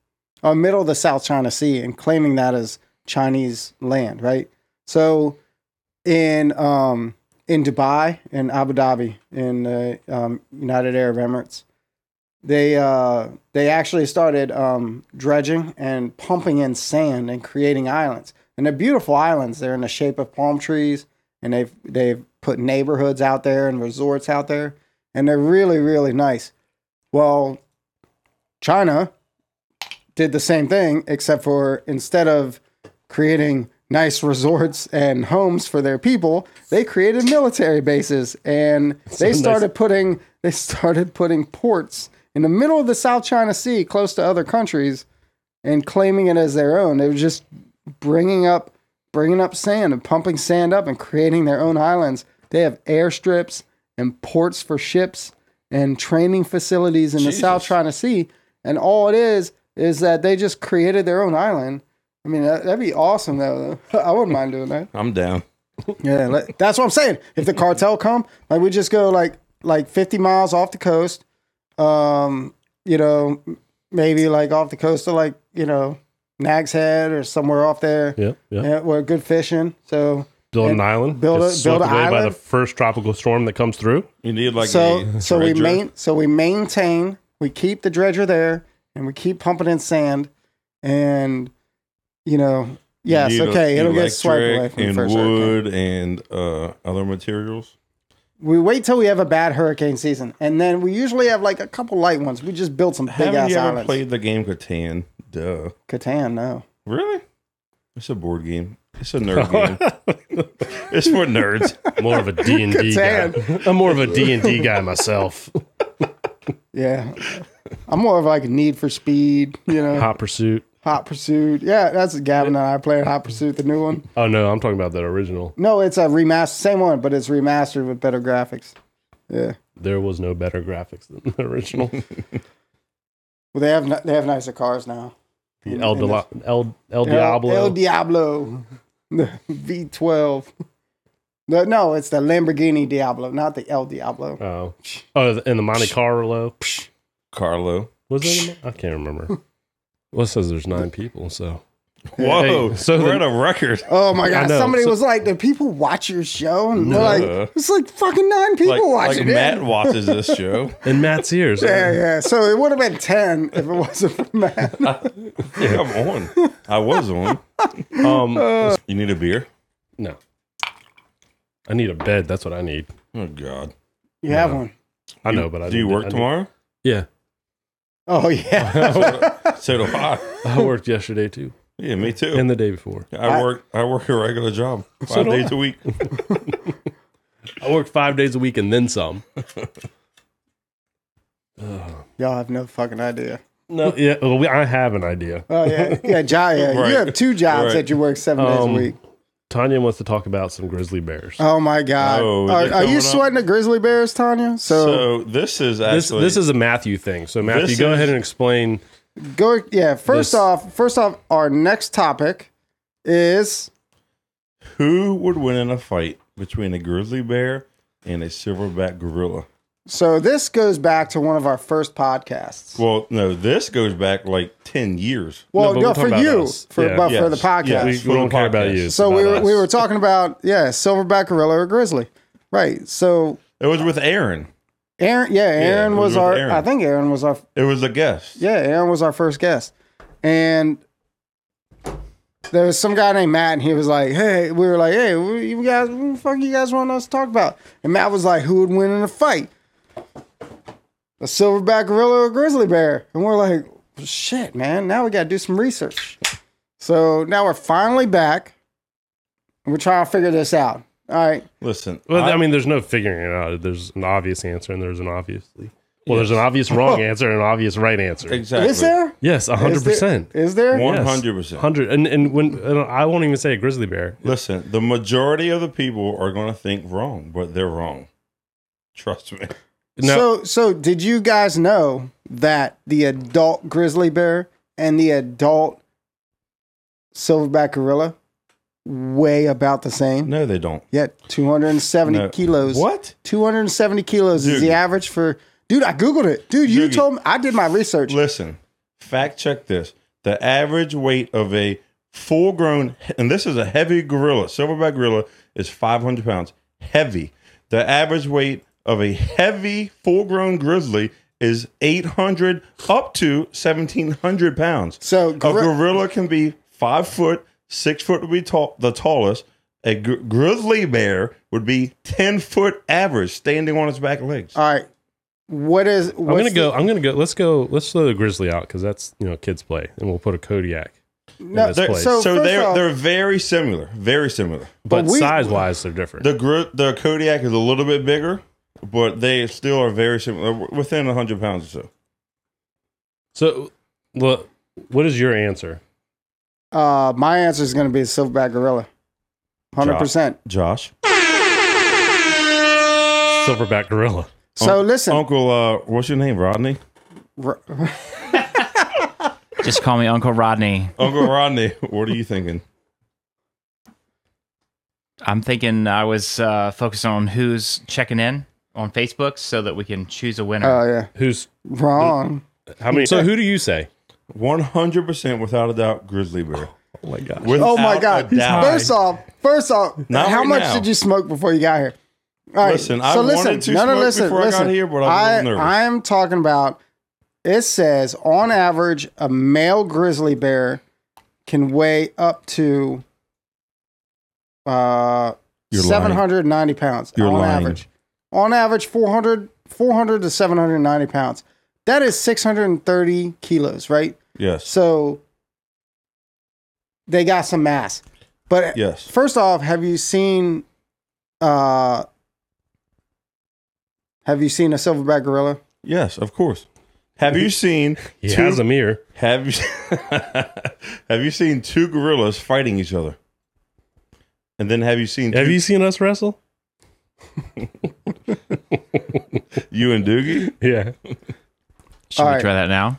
B: uh, or middle of the South China Sea, and claiming that as Chinese land, right? So in um in Dubai and Abu Dhabi in the um, United Arab Emirates. They uh they actually started um dredging and pumping in sand and creating islands. And they're beautiful islands. They're in the shape of palm trees and they've they've put neighborhoods out there and resorts out there and they're really really nice. Well, China did the same thing, except for instead of creating nice resorts and homes for their people, they created military bases and they
A: nice.
B: started putting they started putting ports in the middle of the South China Sea, close to other countries, and claiming it as their own. They were just bringing up bringing up sand and pumping sand up and creating their own islands. They have airstrips and ports for ships and training facilities in the South China Sea. And all it is is that they just created their own island. I mean, that, that'd be awesome, though. I wouldn't mind doing that.
C: I'm down.
B: Yeah, like, that's what I'm saying. If the cartel come, like we just go like like 50 miles off the coast, um, you know, maybe like off the coast of like you know Nag's Head or somewhere off there.
A: Yeah, yeah.
B: Yeah, we're good fishing. So
A: Build an island.
B: build a-
A: Get swept
B: build a
A: away by the
B: island.
A: first tropical storm that comes through.
C: You need like
B: so
C: a
B: so we
C: dredger.
B: main so we maintain we keep the dredger there and we keep pumping in sand and you know yes
C: You need
B: okay
C: a-
B: it'll get swiped away
C: electric
B: from the
C: and
B: first hurricane.
C: wood and uh, other materials.
B: We wait till we have a bad hurricane season and then we usually have like a couple light ones. We just build some big
C: Haven't
B: ass
C: you ever
B: islands.
C: played the game Catan? Duh.
B: Catan, no.
C: Really? It's a board game. It's a nerd game. It's for nerds.
A: More of a D and D guy. I'm more of a D and D guy myself.
B: Yeah. I'm more of like Need for Speed, you know,
A: Hot Pursuit.
B: Hot Pursuit. Yeah, that's Gavin and I played Hot Pursuit, the new one.
A: Oh no, I'm talking about that original.
B: No, it's a remaster, same one, but it's remastered with better graphics. Yeah.
A: There was no better graphics than the original.
B: Well, they have ni- they have nicer cars now.
A: The El, Dila- El, El
B: El-
A: Diablo.
B: El Diablo. The V12. No, no, it's the Lamborghini Diablo, not the El Diablo.
A: oh. oh, and the Monte Carlo.
C: Carlo.
A: Was it? I can't remember. Well, it says there's nine people, so
C: Whoa.
A: Hey, so
C: we're
A: the-
C: at a record.
B: Oh my
A: I
B: god!
A: know.
B: Somebody
A: So-
B: was like, "Do people watch your show?" And
C: No.
B: they're like, "It's like fucking nine people
C: Like,
B: watching
C: like
B: it."
C: Matt watches this show.
A: in Matt's ears.
B: Yeah, yeah. So it would have been ten if it wasn't for Matt.
C: Yeah, I'm on. I was on.
A: Um,
C: You need a beer?
A: no. I need a bed. That's what I need.
C: Oh God.
B: You have one.
A: I know, but I
C: Do you
A: need-
C: work
A: I need-
C: tomorrow?
A: Yeah,
B: Oh yeah.
C: So do I.
A: I worked yesterday too,
C: Yeah, me too.
A: and the day before.
C: I work. I work a regular job, five
A: do
C: days
A: I.
C: a week.
A: I worked five days a week and then some.
B: Y'all have no fucking idea.
A: No, yeah, well, we, I have an idea.
B: Oh yeah, yeah. Job, yeah.
C: Right.
B: You have two jobs
C: Right.
B: that you work seven
A: Um,
B: days a week.
A: Tanya wants to talk about some grizzly bears.
B: Oh my god.
C: Oh, is
B: are
C: it
B: are you
C: coming up?
B: sweating the grizzly bears, Tanya? So,
C: So this is
A: this
C: actually
A: this is a Matthew thing. So Matthew,
C: This
A: go
C: is-
A: ahead and explain.
B: go. Yeah. First
A: This-
B: off, first off, our next topic is
C: who would win in a fight between a grizzly bear and a silverback gorilla.
B: so this goes back to one of our first podcasts.
C: Well, no, this goes back like ten years.
B: Well,
A: No, but
B: no,
A: we're
B: for
A: talking about
B: you,
A: us.
B: for
A: Yeah.
B: but for
C: Yes.
B: the podcast.
C: Yeah,
A: We, we
C: That's for the
A: don't care about
C: podcast.
A: you. It's
B: So we
A: about
B: were
A: us.
B: we were talking about yeah, silverback gorilla or grizzly, right? So
C: It was with Aaron.
B: Aaron, yeah, Aaron
C: it
B: was,
C: was
B: our.
C: Aaron.
B: I think Aaron was our.
C: It was a guest.
B: Yeah, Aaron was our first guest, and there was some guy named Matt, and he was like, "Hey," we were like, "Hey, what you guys, what the fuck you guys want us to talk about?" And Matt was like, "Who would win in a fight, a silverback gorilla or a grizzly bear?" And we're like, "Shit, man! Now we got to do some research." So now we're finally back. and We're trying to figure this out. All right.
C: Listen,
A: Well, I,
C: I-
A: mean, there's no figuring it out. There's an obvious answer, and there's an obviously. Well, there's an obvious wrong answer and an obvious right answer.
C: exactly.
B: Is there?
A: Yes,
B: Is
A: hundred
B: there-
A: percent.
B: Is there?
C: One hundred percent.
A: Hundred. And and when and I won't even say a grizzly bear.
C: Listen, the majority of the people are going to think wrong, but they're wrong. Trust me.
A: No,
B: So, so did you guys know that the adult grizzly bear and the adult silverback gorilla weigh about the same?
C: No, they don't.
B: Yet 270
C: No.
B: kilos.
C: What?
B: 270 kilos is the
C: Dude.
B: average for. Dude, I googled it. Dude, you
C: Dude.
B: told me I did my research.
C: Listen, fact check this. The average weight of a full grown, and this is a heavy gorilla. Silverback gorilla is 500 pounds. Heavy. The average weight of a heavy full grown grizzly is 800 up to 1700 pounds.
B: So
C: A
B: gri-
C: gorilla can be five foot, six foot would be tall, the tallest. A gr- grizzly bear would be ten foot average, standing on its back legs.
B: all right. What is?
A: I'm gonna go. I'm gonna go. Let's go. Let's throw the grizzly out because that's you know kids play, and we'll put a Kodiak.
B: No,
A: this
C: They're-
A: place.
C: so
B: so first
C: they're
B: off-
C: they're very similar, very similar.
A: But,
B: we-
A: size wise, they're different.
C: The gri- the Kodiak is a little bit bigger, but they still are very similar, within hundred pounds or so.
A: so, what what is your answer?
B: Uh, my answer is going to be silverback gorilla. Hundred percent.
C: Josh,
A: Silverback gorilla.
B: So listen,
C: Uncle, uh, what's your name, Rodney?
B: r- uh,
D: Just call me Uncle Rodney.
C: Uncle Rodney, what are you thinking?
D: I'm thinking I was uh, focused on who's checking in on Facebook so that we can choose a winner.
A: Uh,
B: oh yeah,
A: Who's
B: wrong.
A: how many? So who do you say?
C: One hundred percent, without a doubt, grizzly bear.
A: Oh my god.
B: Oh my
C: Without
B: god.
C: a doubt.
B: First off, first off,
C: Not
B: how
C: right
B: much
C: now.
B: did you smoke before you got here? All right.
C: Listen, I wanted to smoke before I got here, but I was a little nervous.
B: I am talking about. It says on average, a male grizzly bear can weigh up to uh,
C: You're lying.
B: 790 pounds
C: You're
B: on
C: lying.
B: average. On average, 400, 400 to 790 pounds. That is 630 kilos, right?
C: Yes,
B: So they got some mass. But
C: yes.
B: first off, have you seen uh have you seen a silverback gorilla?
C: Yes, of course. Have you seen
A: He has a mirror.
C: have you have you seen two gorillas fighting each other? And then have you seen
A: Have
C: two-
A: you seen us wrestle?
C: you and Doogie?
A: Yeah.
D: Should we
B: alright.
D: try that now?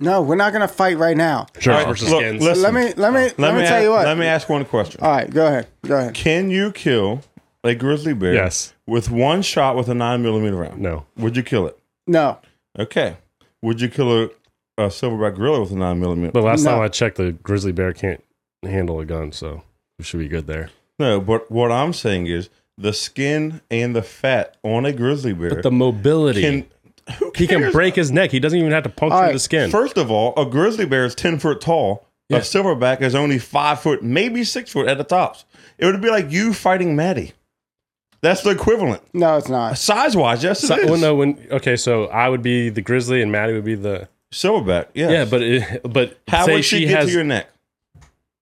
B: No, we're not gonna fight right now.
A: Sharks
C: All right,
A: versus
C: look,
A: skins.
C: listen.
B: Let me let me let, me,
C: a-
B: tell you what. Uh,
C: Let me ask one question.
B: All right, go ahead. Go ahead.
C: Can you kill a grizzly bear
A: Yes.
C: with one shot with a nine millimeter round?
A: No.
C: Would you kill it?
B: No.
C: Okay. Would you kill a, a silverback gorilla with a nine millimeter?
A: But last
B: No.
A: time I checked, the grizzly bear can't handle a gun, so we should be good there.
C: No, but what I'm saying is the skin and the fat on a grizzly bear
A: But the mobility.
C: can who
A: he can
C: cares?
A: break his neck. He doesn't even have to puncture
B: All right,
A: the skin.
C: First of all, a grizzly bear is ten foot tall.
A: Yeah.
C: A silverback is only five foot, maybe six foot at the tops. It would be like you fighting Maddie. That's the equivalent
B: No, it's not.
C: size wise. Yes, it is.
A: So- well, no, when okay, so I would be the grizzly and Maddie would be the
C: Silverback. Yes.
A: yeah, but it, but
C: how
A: say
C: would she,
A: she
C: get
A: has
C: to your neck?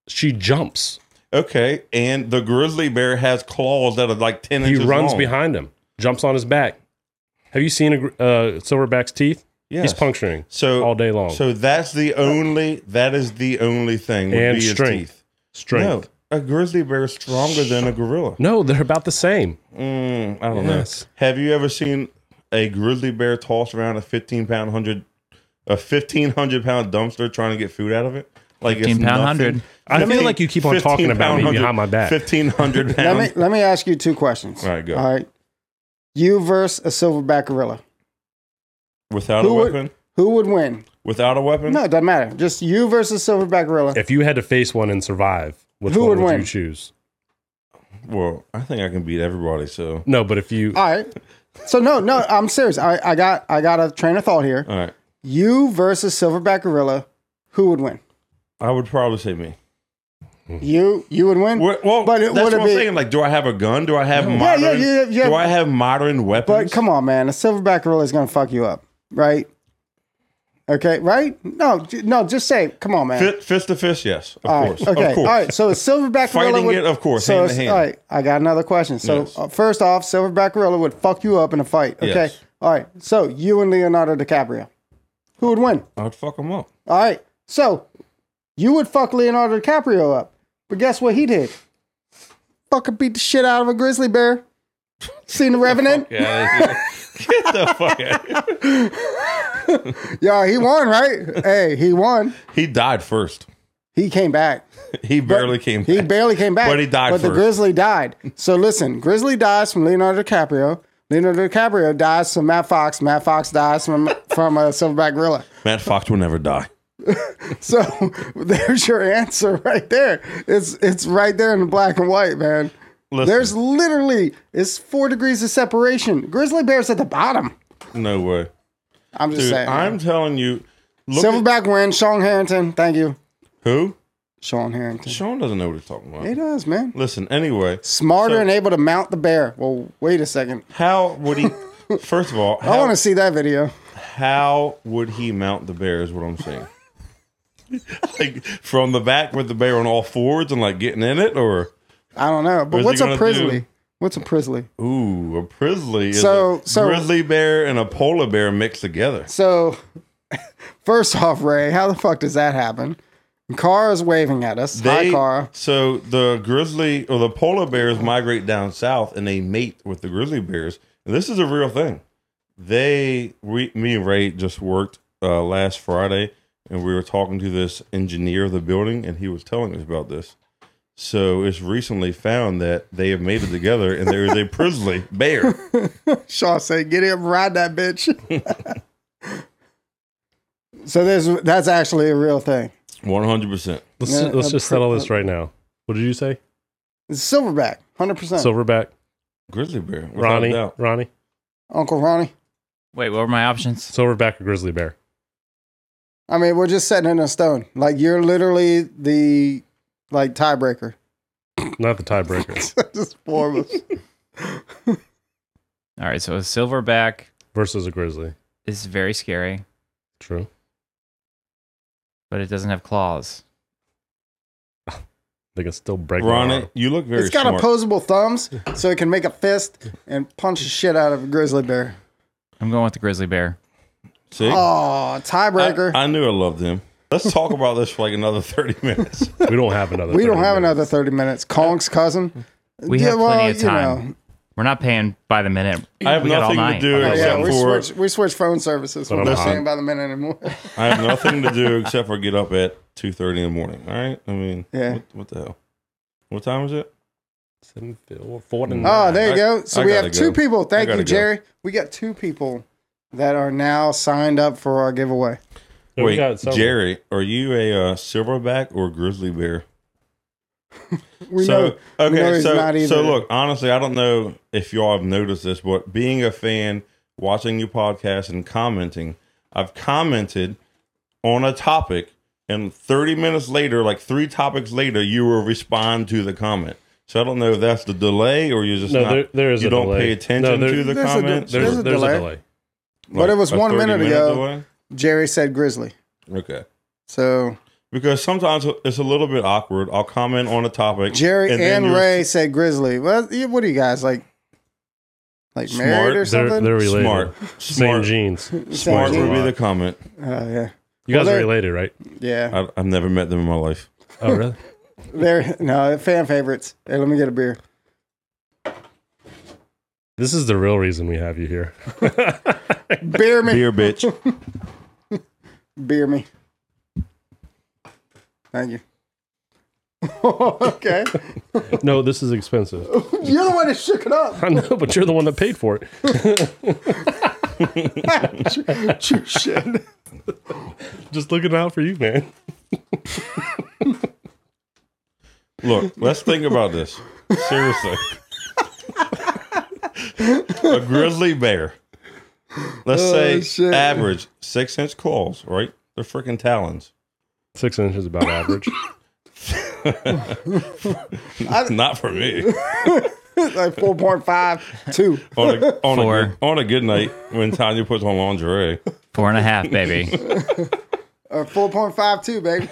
A: she jumps,
C: Okay, and the grizzly bear has claws that are like ten
A: he
C: inches.
A: runs
C: long.
A: behind him, jumps on his back. Have you seen a gr- uh, silverback's teeth?
C: Yes.
A: He's puncturing
C: So
A: all day long.
C: So that's the only. That is the only thing. Would
A: And
C: be his
A: strength.
C: teeth.
A: strength.
C: No, a grizzly bear is stronger than a gorilla.
A: No. they're about the same.
C: Mm, I don't
A: Yes.
C: know. Have you ever seen a grizzly bear toss around a fifteen pound hundred, a fifteen hundred pound dumpster trying to get food out of it? Like it's
D: 15 pound
C: nothing.
D: hundred.
A: I feel like you keep on
C: 15
A: talking about
C: pound
A: me
C: hundred-
A: behind my back.
C: Fifteen hundred
B: Let
C: pound.
B: me let me ask you two questions.
C: All right, go.
B: All right. You versus a silverback gorilla.
C: without a
B: Who would-
C: weapon.
B: Who would win?
C: without a weapon.
B: No, it doesn't matter. Just you versus silverback gorilla.
A: If you had to face one and survive, which
B: Who
A: one
B: would
A: would,
B: win?
A: you choose?
C: Well, I think I can beat everybody. So
A: No, but if you
B: All right. So no, no, I'm serious. I, I got I got a train of thought here.
C: all right,
B: You versus Silverback Gorilla, who would win?
C: I would probably say me.
B: You you would win.
C: Well, well
B: Mm. But
C: but
B: it would
C: that's what
B: it
C: I'm
B: be-
C: saying. Like, do I have a gun? Do I have
B: Yeah,
C: modern?
B: yeah, yeah, yeah.
C: Do I have modern weapons?
B: But come on, man, a Silverback Gorilla is gonna fuck you up, right? Okay, right? No, j- no, just say, come on, man.
C: Fist, fist to fist, yes, of
B: All right,
C: course,
B: okay,
C: of course.
B: all right. So a Silverback Gorilla
C: Fighting
B: would,
C: it, of course,
B: So
C: hand to
B: it's-
C: hand.
B: all right, I got another question. So
C: Yes.
B: uh, first off, Silverback Gorilla would fuck you up in a fight. Okay,
C: Yes.
B: all right. So you and Leonardo DiCaprio, who would win?
C: I'd fuck them up.
B: All right. So you would fuck Leonardo DiCaprio up, but guess what he did? Fucking beat the shit out of a grizzly bear. Seen the Revenant?
C: Yeah, get the fuck out. of here.
B: Yeah, he won, right? hey, he won.
C: He died first.
B: He came back.
C: He barely came.
B: He
C: back.
B: barely came back.
C: But he died
B: But the
C: first.
B: grizzly died. So listen, grizzly dies from Leonardo DiCaprio. Leonardo DiCaprio dies from Matt Fox. Matt Fox dies from from a uh, silverback gorilla.
C: Matt Fox will never die.
B: so there's your answer right there. It's it's right there in the black and white, man.
C: Listen.
B: There's literally it's four degrees of separation. Grizzly bear's at the bottom.
C: No way.
B: I'm just
C: Dude,
B: saying.
C: I'm telling you. Look at-
B: Silverback win. Sean Harrington. Thank you,
C: who?
B: Sean Harrington.
C: Sean doesn't know what he's talking about.
B: He does, man.
C: Listen, anyway,
B: Smarter
C: So-
B: and able to mount the bear. Well, wait a second.
C: how would he? First of all,
B: I
C: how,
B: want to see that video.
C: how would he mount the bear? Is what I'm saying. like from the back with the bear on all fours and like getting in it, or
B: I don't know.
C: Or is
B: But
C: he
B: what's
C: gonna
B: a
C: do-
B: prizzly? What's a prizzly?
C: ooh, a grizzly. Is
B: So-
C: a
B: so-
C: grizzly bear and a polar bear mixed together.
B: So, first off, Ray, how the fuck does that happen? And Cara's waving at us. Hi, Cara.
C: So the grizzly or the polar bears migrate down south and they mate with the grizzly bears. And this is a real thing. They, we, me and Ray just worked uh, last Friday and we were talking to this engineer of the building and he was telling us about this. So it's recently found that they have mated together and there is a grizzly bear.
B: Shaw said, "Get him, ride that bitch." so there's that's actually a real thing.
C: 100%.
A: Let's,
B: Yeah,
A: let's
B: uh,
A: just
B: pro-
A: settle this right now. What did you say?
B: It's silverback, hundred percent.
A: Silverback,
C: Grizzly bear. without a
A: Ronnie, Oh
C: doubt.
A: Ronnie,
B: Uncle Ronnie.
D: Wait, what were my options?
A: silverback or grizzly bear?
B: I mean, we're just setting it in stone. Like you're literally the like tiebreaker.
A: Not the tiebreaker
B: just four of us.
D: All right, so a silverback
A: versus a grizzly.
D: is very scary,
A: True.
D: but it doesn't have claws.
A: They can still break. my
C: Ronnie,
A: arm.
C: you look very
B: It's got
C: smart.
B: opposable thumbs, so it can make a fist and punch the shit out of a grizzly bear.
D: I'm going with the grizzly bear.
C: See?
B: Oh, tiebreaker.
C: I, I knew I loved him. Let's talk about this for like another 30 minutes.
A: we don't have another.
B: we don't
A: 30
B: have
A: minutes.
B: another 30 minutes. Kong's cousin.
D: We have plenty of time. We're not paying by the minute.
C: I have
D: We got all
C: nothing to
D: night.
C: do
D: Oh, yeah,
B: yeah,
C: except
B: we
C: for
B: switch, we switch phone services. We're
A: I'm
B: not
A: hot.
B: saying by the minute anymore.
C: I have nothing to do except for get up at two thirty in the morning. All right. I mean,
B: Yeah.
C: What, what the hell? What time is it?
A: Seven, four, four, and
B: Oh,
A: nine.
B: there you
C: I-
B: go. So
C: I
B: we
C: gotta
B: have two
C: go.
B: people. Thank
C: gotta
B: you,
C: go.
B: Jerry. We got two people that are now signed up for our giveaway.
A: So we
C: Wait,
A: got several.
C: Jerry, are you a uh, silverback or grizzly bear?
B: We
C: so
B: know,
C: okay,
B: we know he's
C: so
B: not either.
C: so look, honestly, I don't know if y'all have noticed this, but being a fan, watching your podcast, and commenting, I've commented on a topic, and thirty minutes later, like three topics later, you will respond to the comment. So I don't know if that's the delay or you're just
A: No,
C: not,
A: there- there is
C: you
A: a
C: don't
A: delay.
C: pay
A: No,
C: attention
A: there-
C: to the
B: There's a de-
C: comments.
A: There's,
B: There's a
A: there's a
B: delay.
A: delay.
B: But it was
C: a
B: one
C: 30
B: minute
C: minute
B: ago.
C: delay?
B: Jerry said grizzly.
C: Okay.
B: So
C: Because sometimes it's a little bit awkward. I'll comment on a topic.
B: Jerry and,
C: then you're
B: Ray said grizzly. Well, you- what are you guys like? Like
C: Smart.
B: married or
A: They're,
B: something?
A: they're related.
C: Smart.
A: Same
C: Smart.
A: genes. You
C: Smart
A: Same
C: would be
A: gene.
C: the comment.
B: Oh yeah,
A: guys are
B: they're-
A: related, right?
B: yeah.
C: I, I've never met them in my life.
A: Oh, really?
B: They're no fan favorites. Hey, let me get a beer.
A: This is the real reason we have you here.
B: Beer me, beer,
C: Beer, bitch.
B: me. Thank you. okay,
A: No, this is expensive.
B: you're the one that shook it up.
A: I know, but you're the one that paid for it.
B: True shit.
A: Just looking out for you, man.
C: Look, let's think about this. Seriously. a grizzly bear. Let's
B: Oh,
C: say
B: shit.
C: average six inch claws, right? They're freaking talons.
A: Six inches is about average.
C: Not for me.
B: like four point five two.
C: On a, on,
D: Four.
C: a good, on a good night when Tanya puts on lingerie.
D: Four and a half, baby.
B: or 4.52, baby.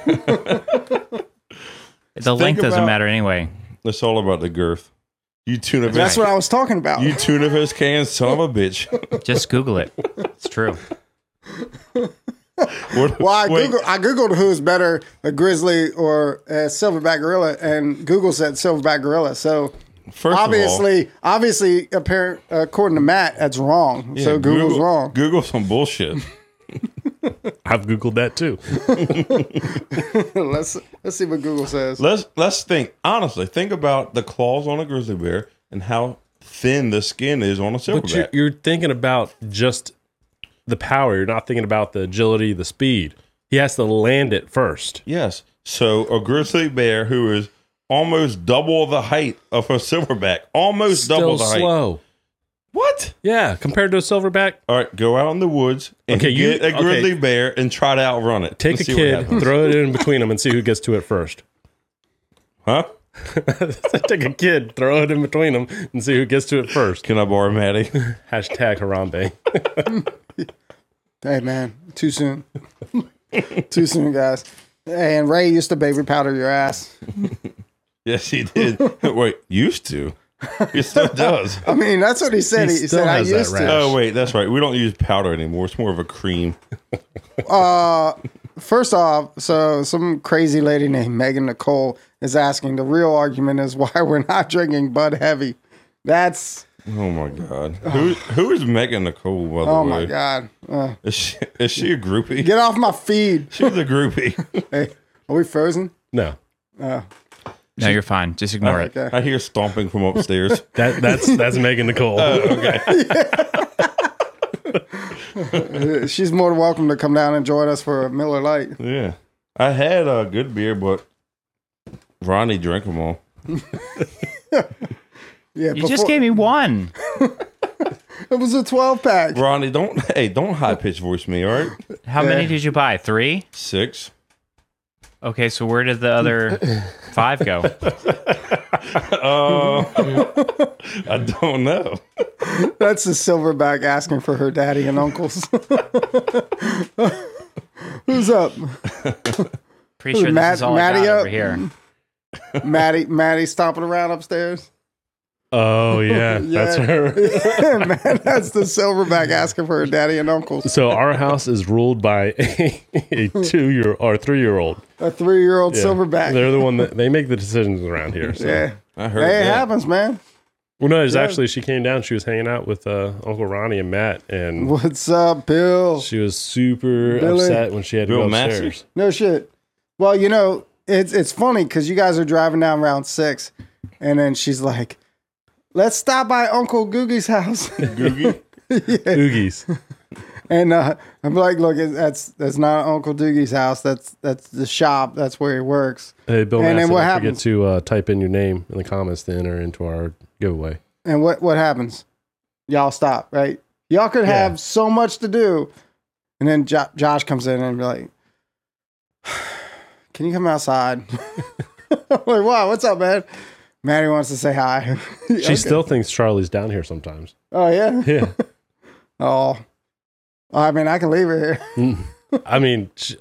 D: the length doesn't
C: about-
D: matter anyway.
C: It's all about the girth. You tuna fish.
B: That's what I was talking about.
C: You tuna fish can, son of a bitch.
D: Just Google it. It's true.
C: What,
B: well, I,
C: wait,
B: Googled, I Googled who's better, a grizzly or a silverback gorilla, and Google said silverback gorilla. So
C: first of all,
B: obviously, obviously, apparent, according to Matt, that's wrong. so
C: yeah,
B: Google's
C: Google-
B: wrong.
C: Google some bullshit.
A: I've Googled that too.
B: let's let's see what Google says.
C: Let's let's think honestly. Think about the claws on a grizzly bear and how thin the skin is on a
A: But you're,
C: silverback.
A: you're thinking about just the power. You're not thinking about the agility, the speed. He has to land it first.
C: Yes. So a grizzly bear who is almost double the height of a silverback, almost
A: Still
C: double the height.
A: slow.
C: What?
A: Yeah, compared to a silverback,
C: All right, go out in the woods and
A: Okay, you-
C: get a grizzly
A: okay.
C: bear and try to outrun it.
A: take
C: Let's
A: a
C: see what
A: kid,
C: happens.
A: throw it in between them, and see who gets to it first.
C: huh?
A: take a kid, throw it in between them, and see who gets to it first.
C: Can I borrow Maddie?
A: Hashtag Harambe.
B: Hey man, too soon. too soon, guys. Hey, and Ray used to baby powder your ass.
C: yes, he did. wait, used to. He still does.
B: I mean, that's what he said.
A: He
B: He,
A: still
B: said I
A: has that
B: used to.
A: rash.
C: Oh wait, that's right. We don't use powder anymore. It's more of a cream.
B: First off, so some crazy lady named Megan Nicole is asking. The real argument is why we're not drinking Bud Heavy. That's
C: Oh my god. Who who is Megan Nicole? By the
B: oh
C: way,
B: my god. Uh,
C: is she is she a groupie?
B: get off my feed.
C: She's a groupie.
B: Hey, are we frozen?
A: No,
D: No, you're fine. Just ignore it.
C: I hear stomping from upstairs.
A: that that's that's Megan Nicole.
C: Oh.
B: Uh, She's more than welcome to come down and join us for a Miller Lite.
C: Yeah. I had a good beer, but Ronnie drank them all.
B: Yeah,
D: You just
B: before-
D: gave me one.
B: it was a twelve pack.
C: Ronnie, don't hey, don't high pitch voice me, all right?
D: How many did you buy? Three?
C: Six.
D: Okay, so where did the other five go?
C: I don't know.
B: That's the silverback asking for her daddy and uncles. Who's up?
D: Pretty sure
B: Matt-
D: this is all I
B: Matty
D: got
B: up.
D: over here.
B: Maddie, Maddie stomping around upstairs.
A: Oh yeah, that's
B: Yeah.
A: her.
B: Man, that's the silverback asking for her daddy and uncles.
A: So our house is ruled by a, a two year or three year old.
B: A three-year-old silverback.
A: They're the one that they make the decisions around here. So.
B: yeah,
C: I heard
B: hey, it
C: that.
B: happens, man.
A: Well, no, it's actually she came down. She was hanging out with uh, Uncle Ronnie and Matt, and
B: What's up, Bill?
A: she was super
B: Billy.
A: upset when she had to
C: Bill
A: go
C: Massey?
A: upstairs.
B: No shit. Well, you know, it's it's funny because you guys are driving down round six, and then she's like, "Let's stop by Uncle Googie's house."
C: Googie.
A: Oogies.
B: And uh, I'm like, look, it- that's that's not Uncle Doogie's house. That's that's the shop. That's where he works.
A: Hey, Bill
B: And then
A: Massey,
B: what
A: don't
B: happens?
A: forget to uh, type in your name in the comments to enter into our giveaway.
B: And what what happens? Y'all stop, right? Y'all could
A: Yeah.
B: have so much to do, and then jo- Josh comes in and be like, "Can you come outside?" I'm like, wow, what's up, man? Maddie wants to say hi.
A: She still thinks Charlie's down here sometimes.
B: oh yeah,
A: Yeah.
B: oh, I mean, I can leave her here.
A: I mean, she,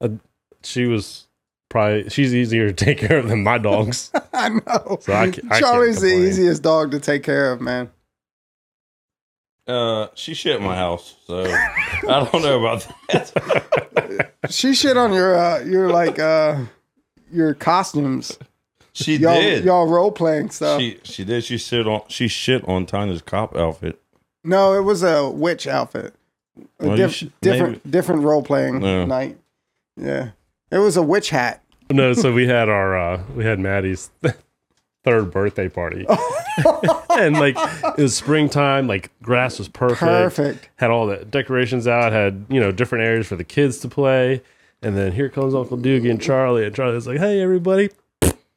A: uh, she was probably, she's easier to take care of than my dogs.
B: I know.
A: So I ca- I can't
B: Charlie's the
A: complain.
B: easiest dog to take care of, man.
C: Uh she shit my house, so I don't know about that.
B: She shit on your uh, your like uh, your costumes.
C: She
B: Y'all
C: did.
B: y'all uh, role playing stuff.
C: she she did. She shit on she shit on Tanya's cop outfit.
B: no, it was a witch outfit. A
C: Well, you
B: diff-
C: should-
B: different different role playing
C: Yeah.
B: night. Yeah, it was a witch hat.
A: no, so we had our, uh, we had Maddie's third birthday party. and like, it was springtime, like, grass was perfect.
B: Perfect.
A: Had all the decorations out, had, you know, different areas for the kids to play. And then here comes Uncle Doogie and Charlie. And Charlie's like, hey, everybody.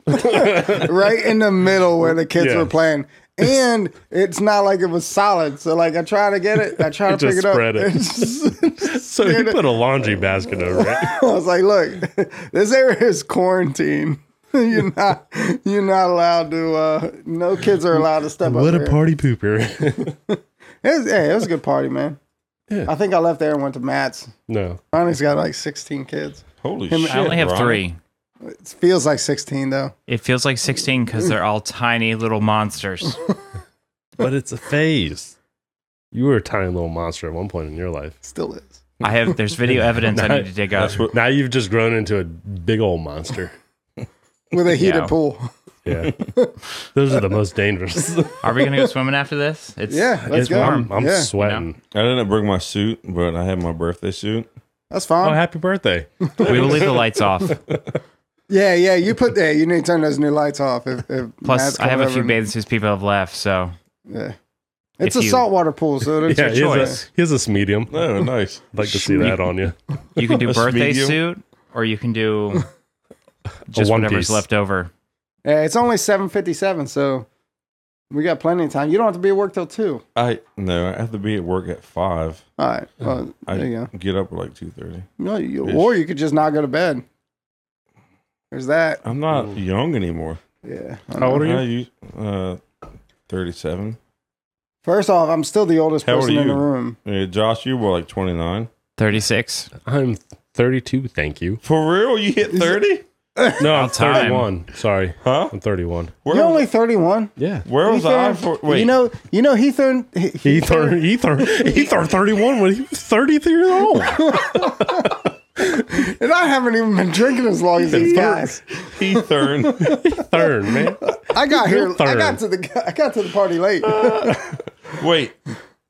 B: right in the middle where the kids
A: Yeah.
B: were playing. And it's not like it was solid. So like I try to get it, I try to pick
A: just
B: it up.
A: spread it.
B: It's-
A: So he put a laundry basket over it.
B: I was like, look, this area is quarantine. you're not you're not allowed to uh no kids are allowed to step up.
A: What
B: here.
A: a party pooper.
B: It was, hey, it was a good party, man.
A: Yeah.
B: I think I left there and went to Matt's.
A: no.
B: Ronnie's got like 16 kids.
C: Holy
B: Him- I
C: shit.
D: I only have
C: Ronnie.
D: three.
B: It feels like 16 though.
D: It feels like 16 because they're all tiny little monsters.
A: But it's a phase. You were a tiny little monster at one point in your life.
B: Still is.
D: I have, there's video evidence I need to dig up.
C: That's what
A: Now you've just grown into a big old monster.
B: With a heated
D: Yeah.
B: pool.
A: Yeah. Those are the most dangerous.
D: Are we going to go swimming after this? It's,
B: Yeah, let's
A: It's
B: go.
A: warm. I'm
B: yeah,
A: sweating.
C: I didn't bring my suit, but I had my birthday suit.
B: that's
A: Oh,
B: fine.
A: happy birthday.
D: We will leave the lights off.
B: yeah, yeah. You put there. you need to turn those new lights off. If, if
D: Plus,
B: Matt's
D: I
B: coming
D: have a
B: over
D: few
B: and-
D: bathing suits people have left, so
B: Yeah. It's
D: if
B: a
D: you-
B: saltwater pool, so it's
A: yeah,
B: your
A: here's
B: choice.
A: a, here's a medium. I'd
C: Oh, nice.
A: like to see that on you.
D: You can do
C: A
D: birthday
C: medium.
D: suit, or you can do just
A: one
D: whatever's
A: piece.
D: left over.
B: Yeah, it's only seven fifty seven, so we got plenty of time. You don't have to be at work till two.
C: I no, I have to be at work at five.
B: All right. Well,
C: I
B: there you go.
C: get up at like two thirty.
B: No, you, or you could just not go to bed. There's that.
C: I'm not young anymore.
B: Yeah.
A: How old are you?
C: I use, uh, thirty-seven.
B: First off, I'm still the oldest
C: How old
B: person
C: are
B: in the
C: you?
B: room.
C: Yeah, Josh, you were like twenty-nine.
D: Thirty-six.
C: Oh,
A: I'm 32, thank you.
C: For real? You hit thirty?
A: No, I'm
D: time.
A: 31. Sorry,
C: Huh?
A: I'm 31.
C: Where,
B: You're only thirty one.
A: Yeah.
C: where was I? For, wait,
B: You know, you know, he turned. He, he
A: Ether, Ether, Ether 31 when he was 33 years old.
B: and I haven't even been drinking as long as these guys.
C: he turned.
A: Third, man.
B: I got here. I
A: third.
B: got to the. I got to the party late.
C: wait,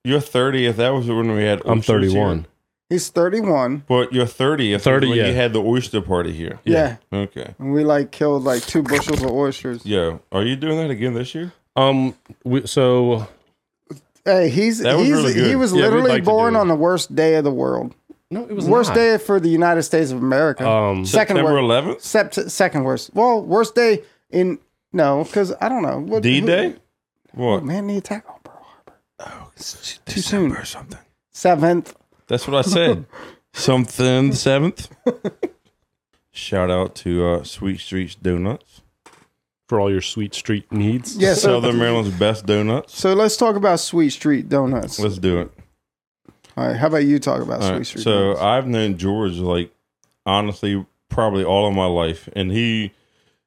C: your thirtieth? That was when we had.
A: I'm
C: oysters here.
A: 31.
B: He's thirty one.
C: But your thirtieth,
A: 30,
C: thirty, when
A: yeah.
C: you had the oyster party here.
B: Yeah.
C: Okay.
B: and we like killed like two bushels of oysters.
C: Yo, are you doing that again this year?
A: Um, we, so
B: Hey, he's
C: That was
B: he's
C: really good.
B: he was
A: Yeah, we'd
B: literally
A: like to
B: born
A: do it.
B: on the worst day of the world.
A: no, it was
B: Worst
A: not.
B: day for the United States of America.
A: Um,
B: second
C: September
B: worst.
C: eleventh.
B: Sept- second worst. Well, worst day in no, because I don't know. What,
C: D Day.
B: who-
C: What?
B: Man, the attack on Pearl Harbor.
C: Too
B: soon.
C: or something.
B: Seventh.
C: That's what I said. Something seventh. Shout out to uh, Sweet Streets Donuts,
A: for all your sweet street needs.
B: Yeah. So,
C: Southern Maryland's best donuts.
B: so let's talk about Sweet Street Donuts.
C: Let's do it.
B: All right. How about you talk about
C: All
B: Sweet
C: right,
B: Street?
C: so
B: Donuts?
C: I've known George like honestly probably all of my life, and he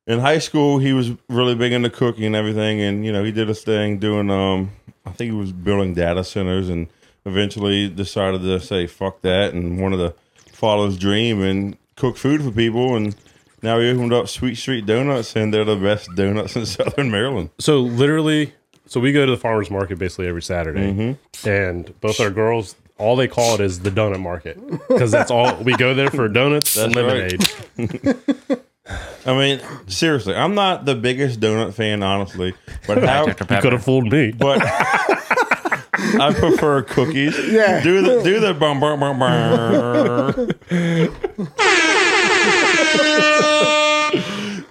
C: in high school he was really big into cooking and everything, and you know he did his thing doing um I think he was building data centers, and eventually decided to say fuck that and wanted to follow his dream and cook food for people, and now he opened up Sweet Street Donuts, and they're the best donuts in Southern Maryland.
A: So literally, so we go to the farmers market basically every Saturday, and both our girls, all they call it is the donut market because that's all we go there for donuts and
C: That's right.
A: lemonade.
C: I mean, seriously, I'm not the biggest donut fan, honestly, but how
D: Dr.
A: You
D: Pepper.
A: could have fooled me.
C: but I prefer cookies.
B: Yeah.
C: Do the do the bum bum bum bum.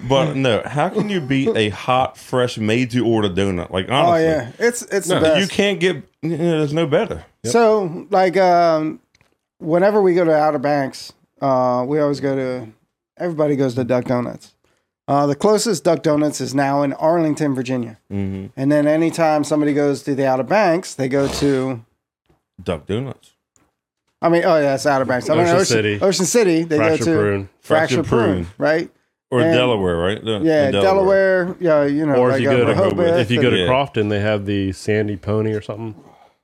C: but no, how can you beat a hot, fresh, made-to-order donut? Like
B: oh
C: honestly,
B: yeah, it's it's the
C: you
B: best.
C: can't get. you know, there's no better.
B: So like, um, whenever we go to Outer Banks, uh, we always go to. Everybody goes to Duck Donuts. Uh, the closest Duck Donuts is now in Arlington, Virginia.
C: Mm-hmm.
B: And then anytime somebody goes to the Outer Banks, they go to.
C: Duck donuts.
B: I mean, oh yeah, it's Outer Banks. I mean,
A: Ocean City.
B: Ocean City. They
A: Fracture
B: go to
A: prune.
B: Fracture,
C: Fracture
B: prune,
C: Prune.
B: right?
C: Or
B: And-
C: Delaware, right? The-
B: Yeah,
C: in
B: Delaware. Yeah, you know,
A: Or if
B: like,
A: you
B: uh,
A: go to
B: Rehoboth
A: if you go to
C: Yeah.
A: Crofton, they have the Sandy Pony or something.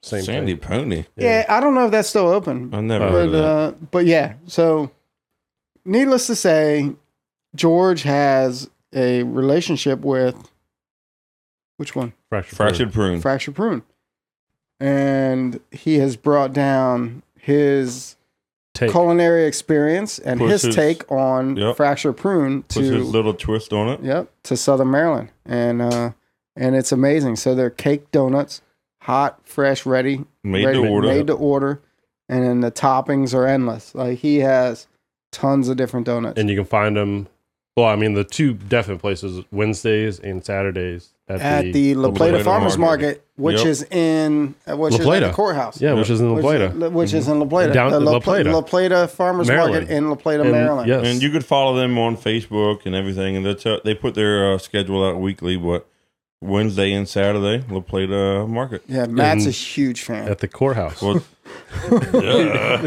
A: Same
C: Sandy
A: thing.
C: Pony.
B: and- yeah, I don't know if that's still open,
C: I never heard
B: but
C: of that.
B: uh, but yeah. So, needless to say, George has a relationship with which one?
A: Fracture.
C: Fractured prune.
B: Fracture Prune, and he has brought down his
A: Take.
B: culinary experience and
C: Puts
B: his,
C: his-
B: take on
C: Yep.
B: fracture prune
C: Puts his
B: to
C: little twist on it.
B: yep to Southern Maryland and uh and it's amazing. So they're cake donuts, hot, fresh, ready,
C: Made
B: ready-
C: to order.
B: made to order, and then the toppings are endless. Like he has tons of different donuts
A: and you can find them. Well, I mean, the two definite places: Wednesdays and Saturdays at,
B: at
A: the,
B: the La
C: La
B: Plata
C: Plata
B: Farmers
C: Market.
B: Market, which
C: Yep.
B: is in uh, which
A: La
B: is at the
A: Plata.
B: courthouse.
A: yeah, which is in La
B: Which,
A: Plata. Mm-hmm.
B: which is in La Plata,
A: Down
B: the
A: at
B: La,
A: La
B: Pla-
A: Plata.
B: La Plata Farmers Market
A: Maryland.
B: in La Plata,
A: And-
B: Maryland.
A: Yes,
C: And you could follow them on Facebook and everything. And they t- they put their uh, schedule out weekly, but Wednesday and Saturday, La Plata Market.
B: Yeah, Matt's a
A: And-
B: huge fan.
A: at the courthouse.
C: Well, yeah.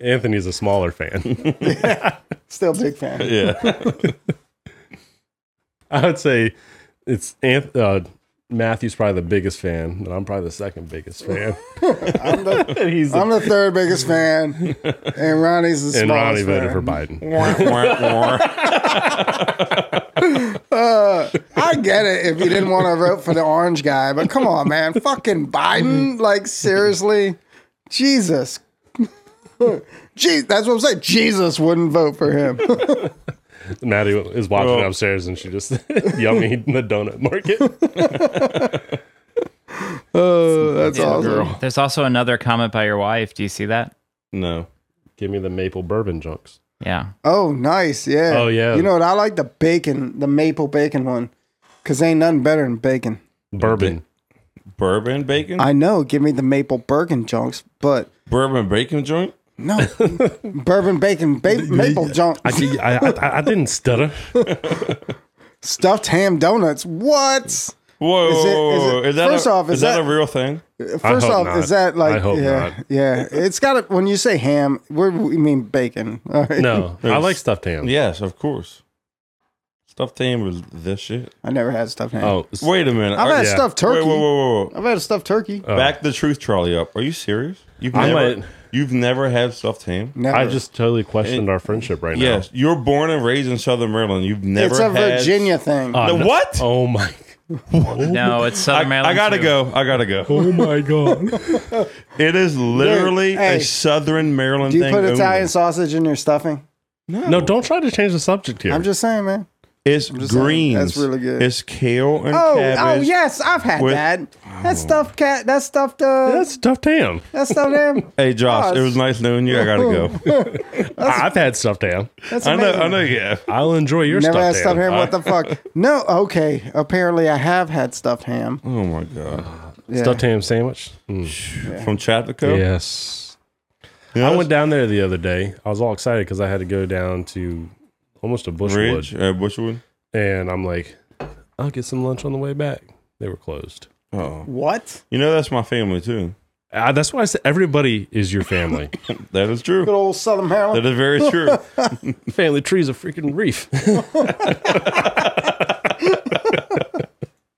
A: Anthony's a smaller fan.
B: Still a big fan.
C: yeah.
A: I would say it's Anth- uh, Matthew's probably the biggest fan, and I'm probably the second biggest fan.
B: I'm the,
A: and he's
B: I'm the third biggest fan, and Ronnie's the
A: and Ronnie voted
B: smallest
A: for
B: fan.
A: Biden.
C: Wah, wah, wah.
B: Uh, I get it if you didn't want to vote for the orange guy, but come on, man, fucking Biden, like seriously, Jesus, Jeez, that's what I'm saying. Jesus wouldn't vote for him.
A: Maddie is watching
C: Well-
A: upstairs and she just yummy the donut market.
B: Oh, that's awesome.
D: There's also another comment by your wife. Do you see that?
C: No.
A: Give me the maple bourbon junks.
D: Yeah.
B: Oh, nice. Yeah.
A: Oh, yeah.
B: You know what? I like the bacon, the maple bacon one, because ain't nothing better than bacon.
A: Bourbon.
C: Bourbon bacon?
B: I know. Give me the maple bourbon junks, but
C: Bourbon bacon joint?
B: no. bourbon bacon, ba- maple junk,
A: I, did- I, I, I didn't stutter.
B: stuffed ham donuts. What?
C: Whoa.
B: Is it- is
C: whoa, whoa.
B: it-
C: Is that
B: first
C: a,
B: off, is
C: that,
B: that-
C: a real thing?
B: First
A: hope
B: off,
A: not.
B: is that like
A: I hope
B: yeah,
A: not.
B: yeah? It's got to when you say ham, we're, we mean bacon. All right.
A: No, I like stuffed ham.
C: Yes, of course. Stuffed ham was this shit.
B: I never had stuffed ham.
A: Oh, s-
C: Wait a minute.
B: I've
C: Are-
B: had
A: yeah.
B: stuffed turkey.
C: Wait, whoa, whoa, whoa, whoa.
B: I've had stuffed turkey.
A: Oh.
C: Back the truth trolley up. Are you serious? You've
A: I
C: never,
A: might-
C: you've never had stuffed ham?
B: Never.
A: I just totally questioned our friendship right now.
C: Yes, you're born and raised in Southern Maryland. You've never.
B: it's a
C: had-
B: Virginia thing.
A: Uh,
C: The
A: no-
C: what?
A: Oh my!
D: No, it's
C: Oh, I,
D: Southern Maryland.
C: I gotta
D: too.
C: go. I gotta go.
A: Oh my god!
C: It is literally
B: hey.
C: a Southern Maryland
B: Do you
C: thing.
B: put
C: only.
B: Italian sausage in your stuffing?
A: no, don't try to change the subject here.
B: I'm just saying, man.
C: It's
B: just saying,
C: greens.
B: that's really good.
C: It's kale and
B: Oh, oh
C: cabbage.
B: yes, I've had
C: with-
B: that. That stuffed cat. That stuffed. Uh,
A: That's stuffed ham.
B: That stuffed ham.
C: Hey Josh,
B: Oh,
C: it was nice knowing you. I gotta go.
A: I've had stuffed ham.
B: That's
C: I know.
B: amazing.
C: I know. Yeah.
A: I'll enjoy your
B: Never had
A: stuffed,
B: stuffed
A: ham.
B: ham. What the fuck? No. Okay. Apparently, I have had stuffed ham.
C: Oh my god.
B: Yeah.
A: Stuffed ham sandwich. Mm.
C: From Chapco.
A: Yes. I went down there the other day. I was all excited because I had to go down to almost a bushwood,
C: Ridge, uh, Bushwood.
A: and I'm like, I'll get some lunch on the way back. They were closed.
C: Oh,
B: What?
C: you know that's my family too.
A: Uh, that's why I said everybody is your family.
C: That is true.
B: Good old Southern
C: That
B: Maryland.
C: is very true.
A: family tree's a freaking reef.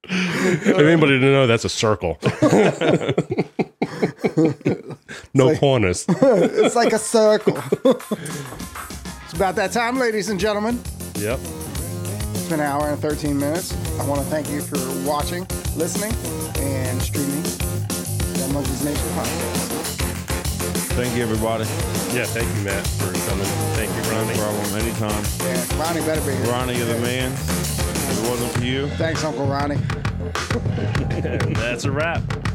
A: if anybody didn't know, that's a circle. no corners.
B: It's like a circle. it's about that time, ladies and gentlemen.
A: Yep.
B: It's been an hour and 13 minutes. I want to thank you for watching, listening, and streaming the Monkeys Nation podcast.
C: Thank you, everybody.
A: Yeah. Thank you, Matt, for coming. Thank you,
C: No
A: Ronnie.
C: problem. Anytime.
B: Yeah, Ronnie better be here.
C: Ronnie, you're the man. If it wasn't for you.
B: Thanks, Uncle Ronnie.
A: And that's a wrap.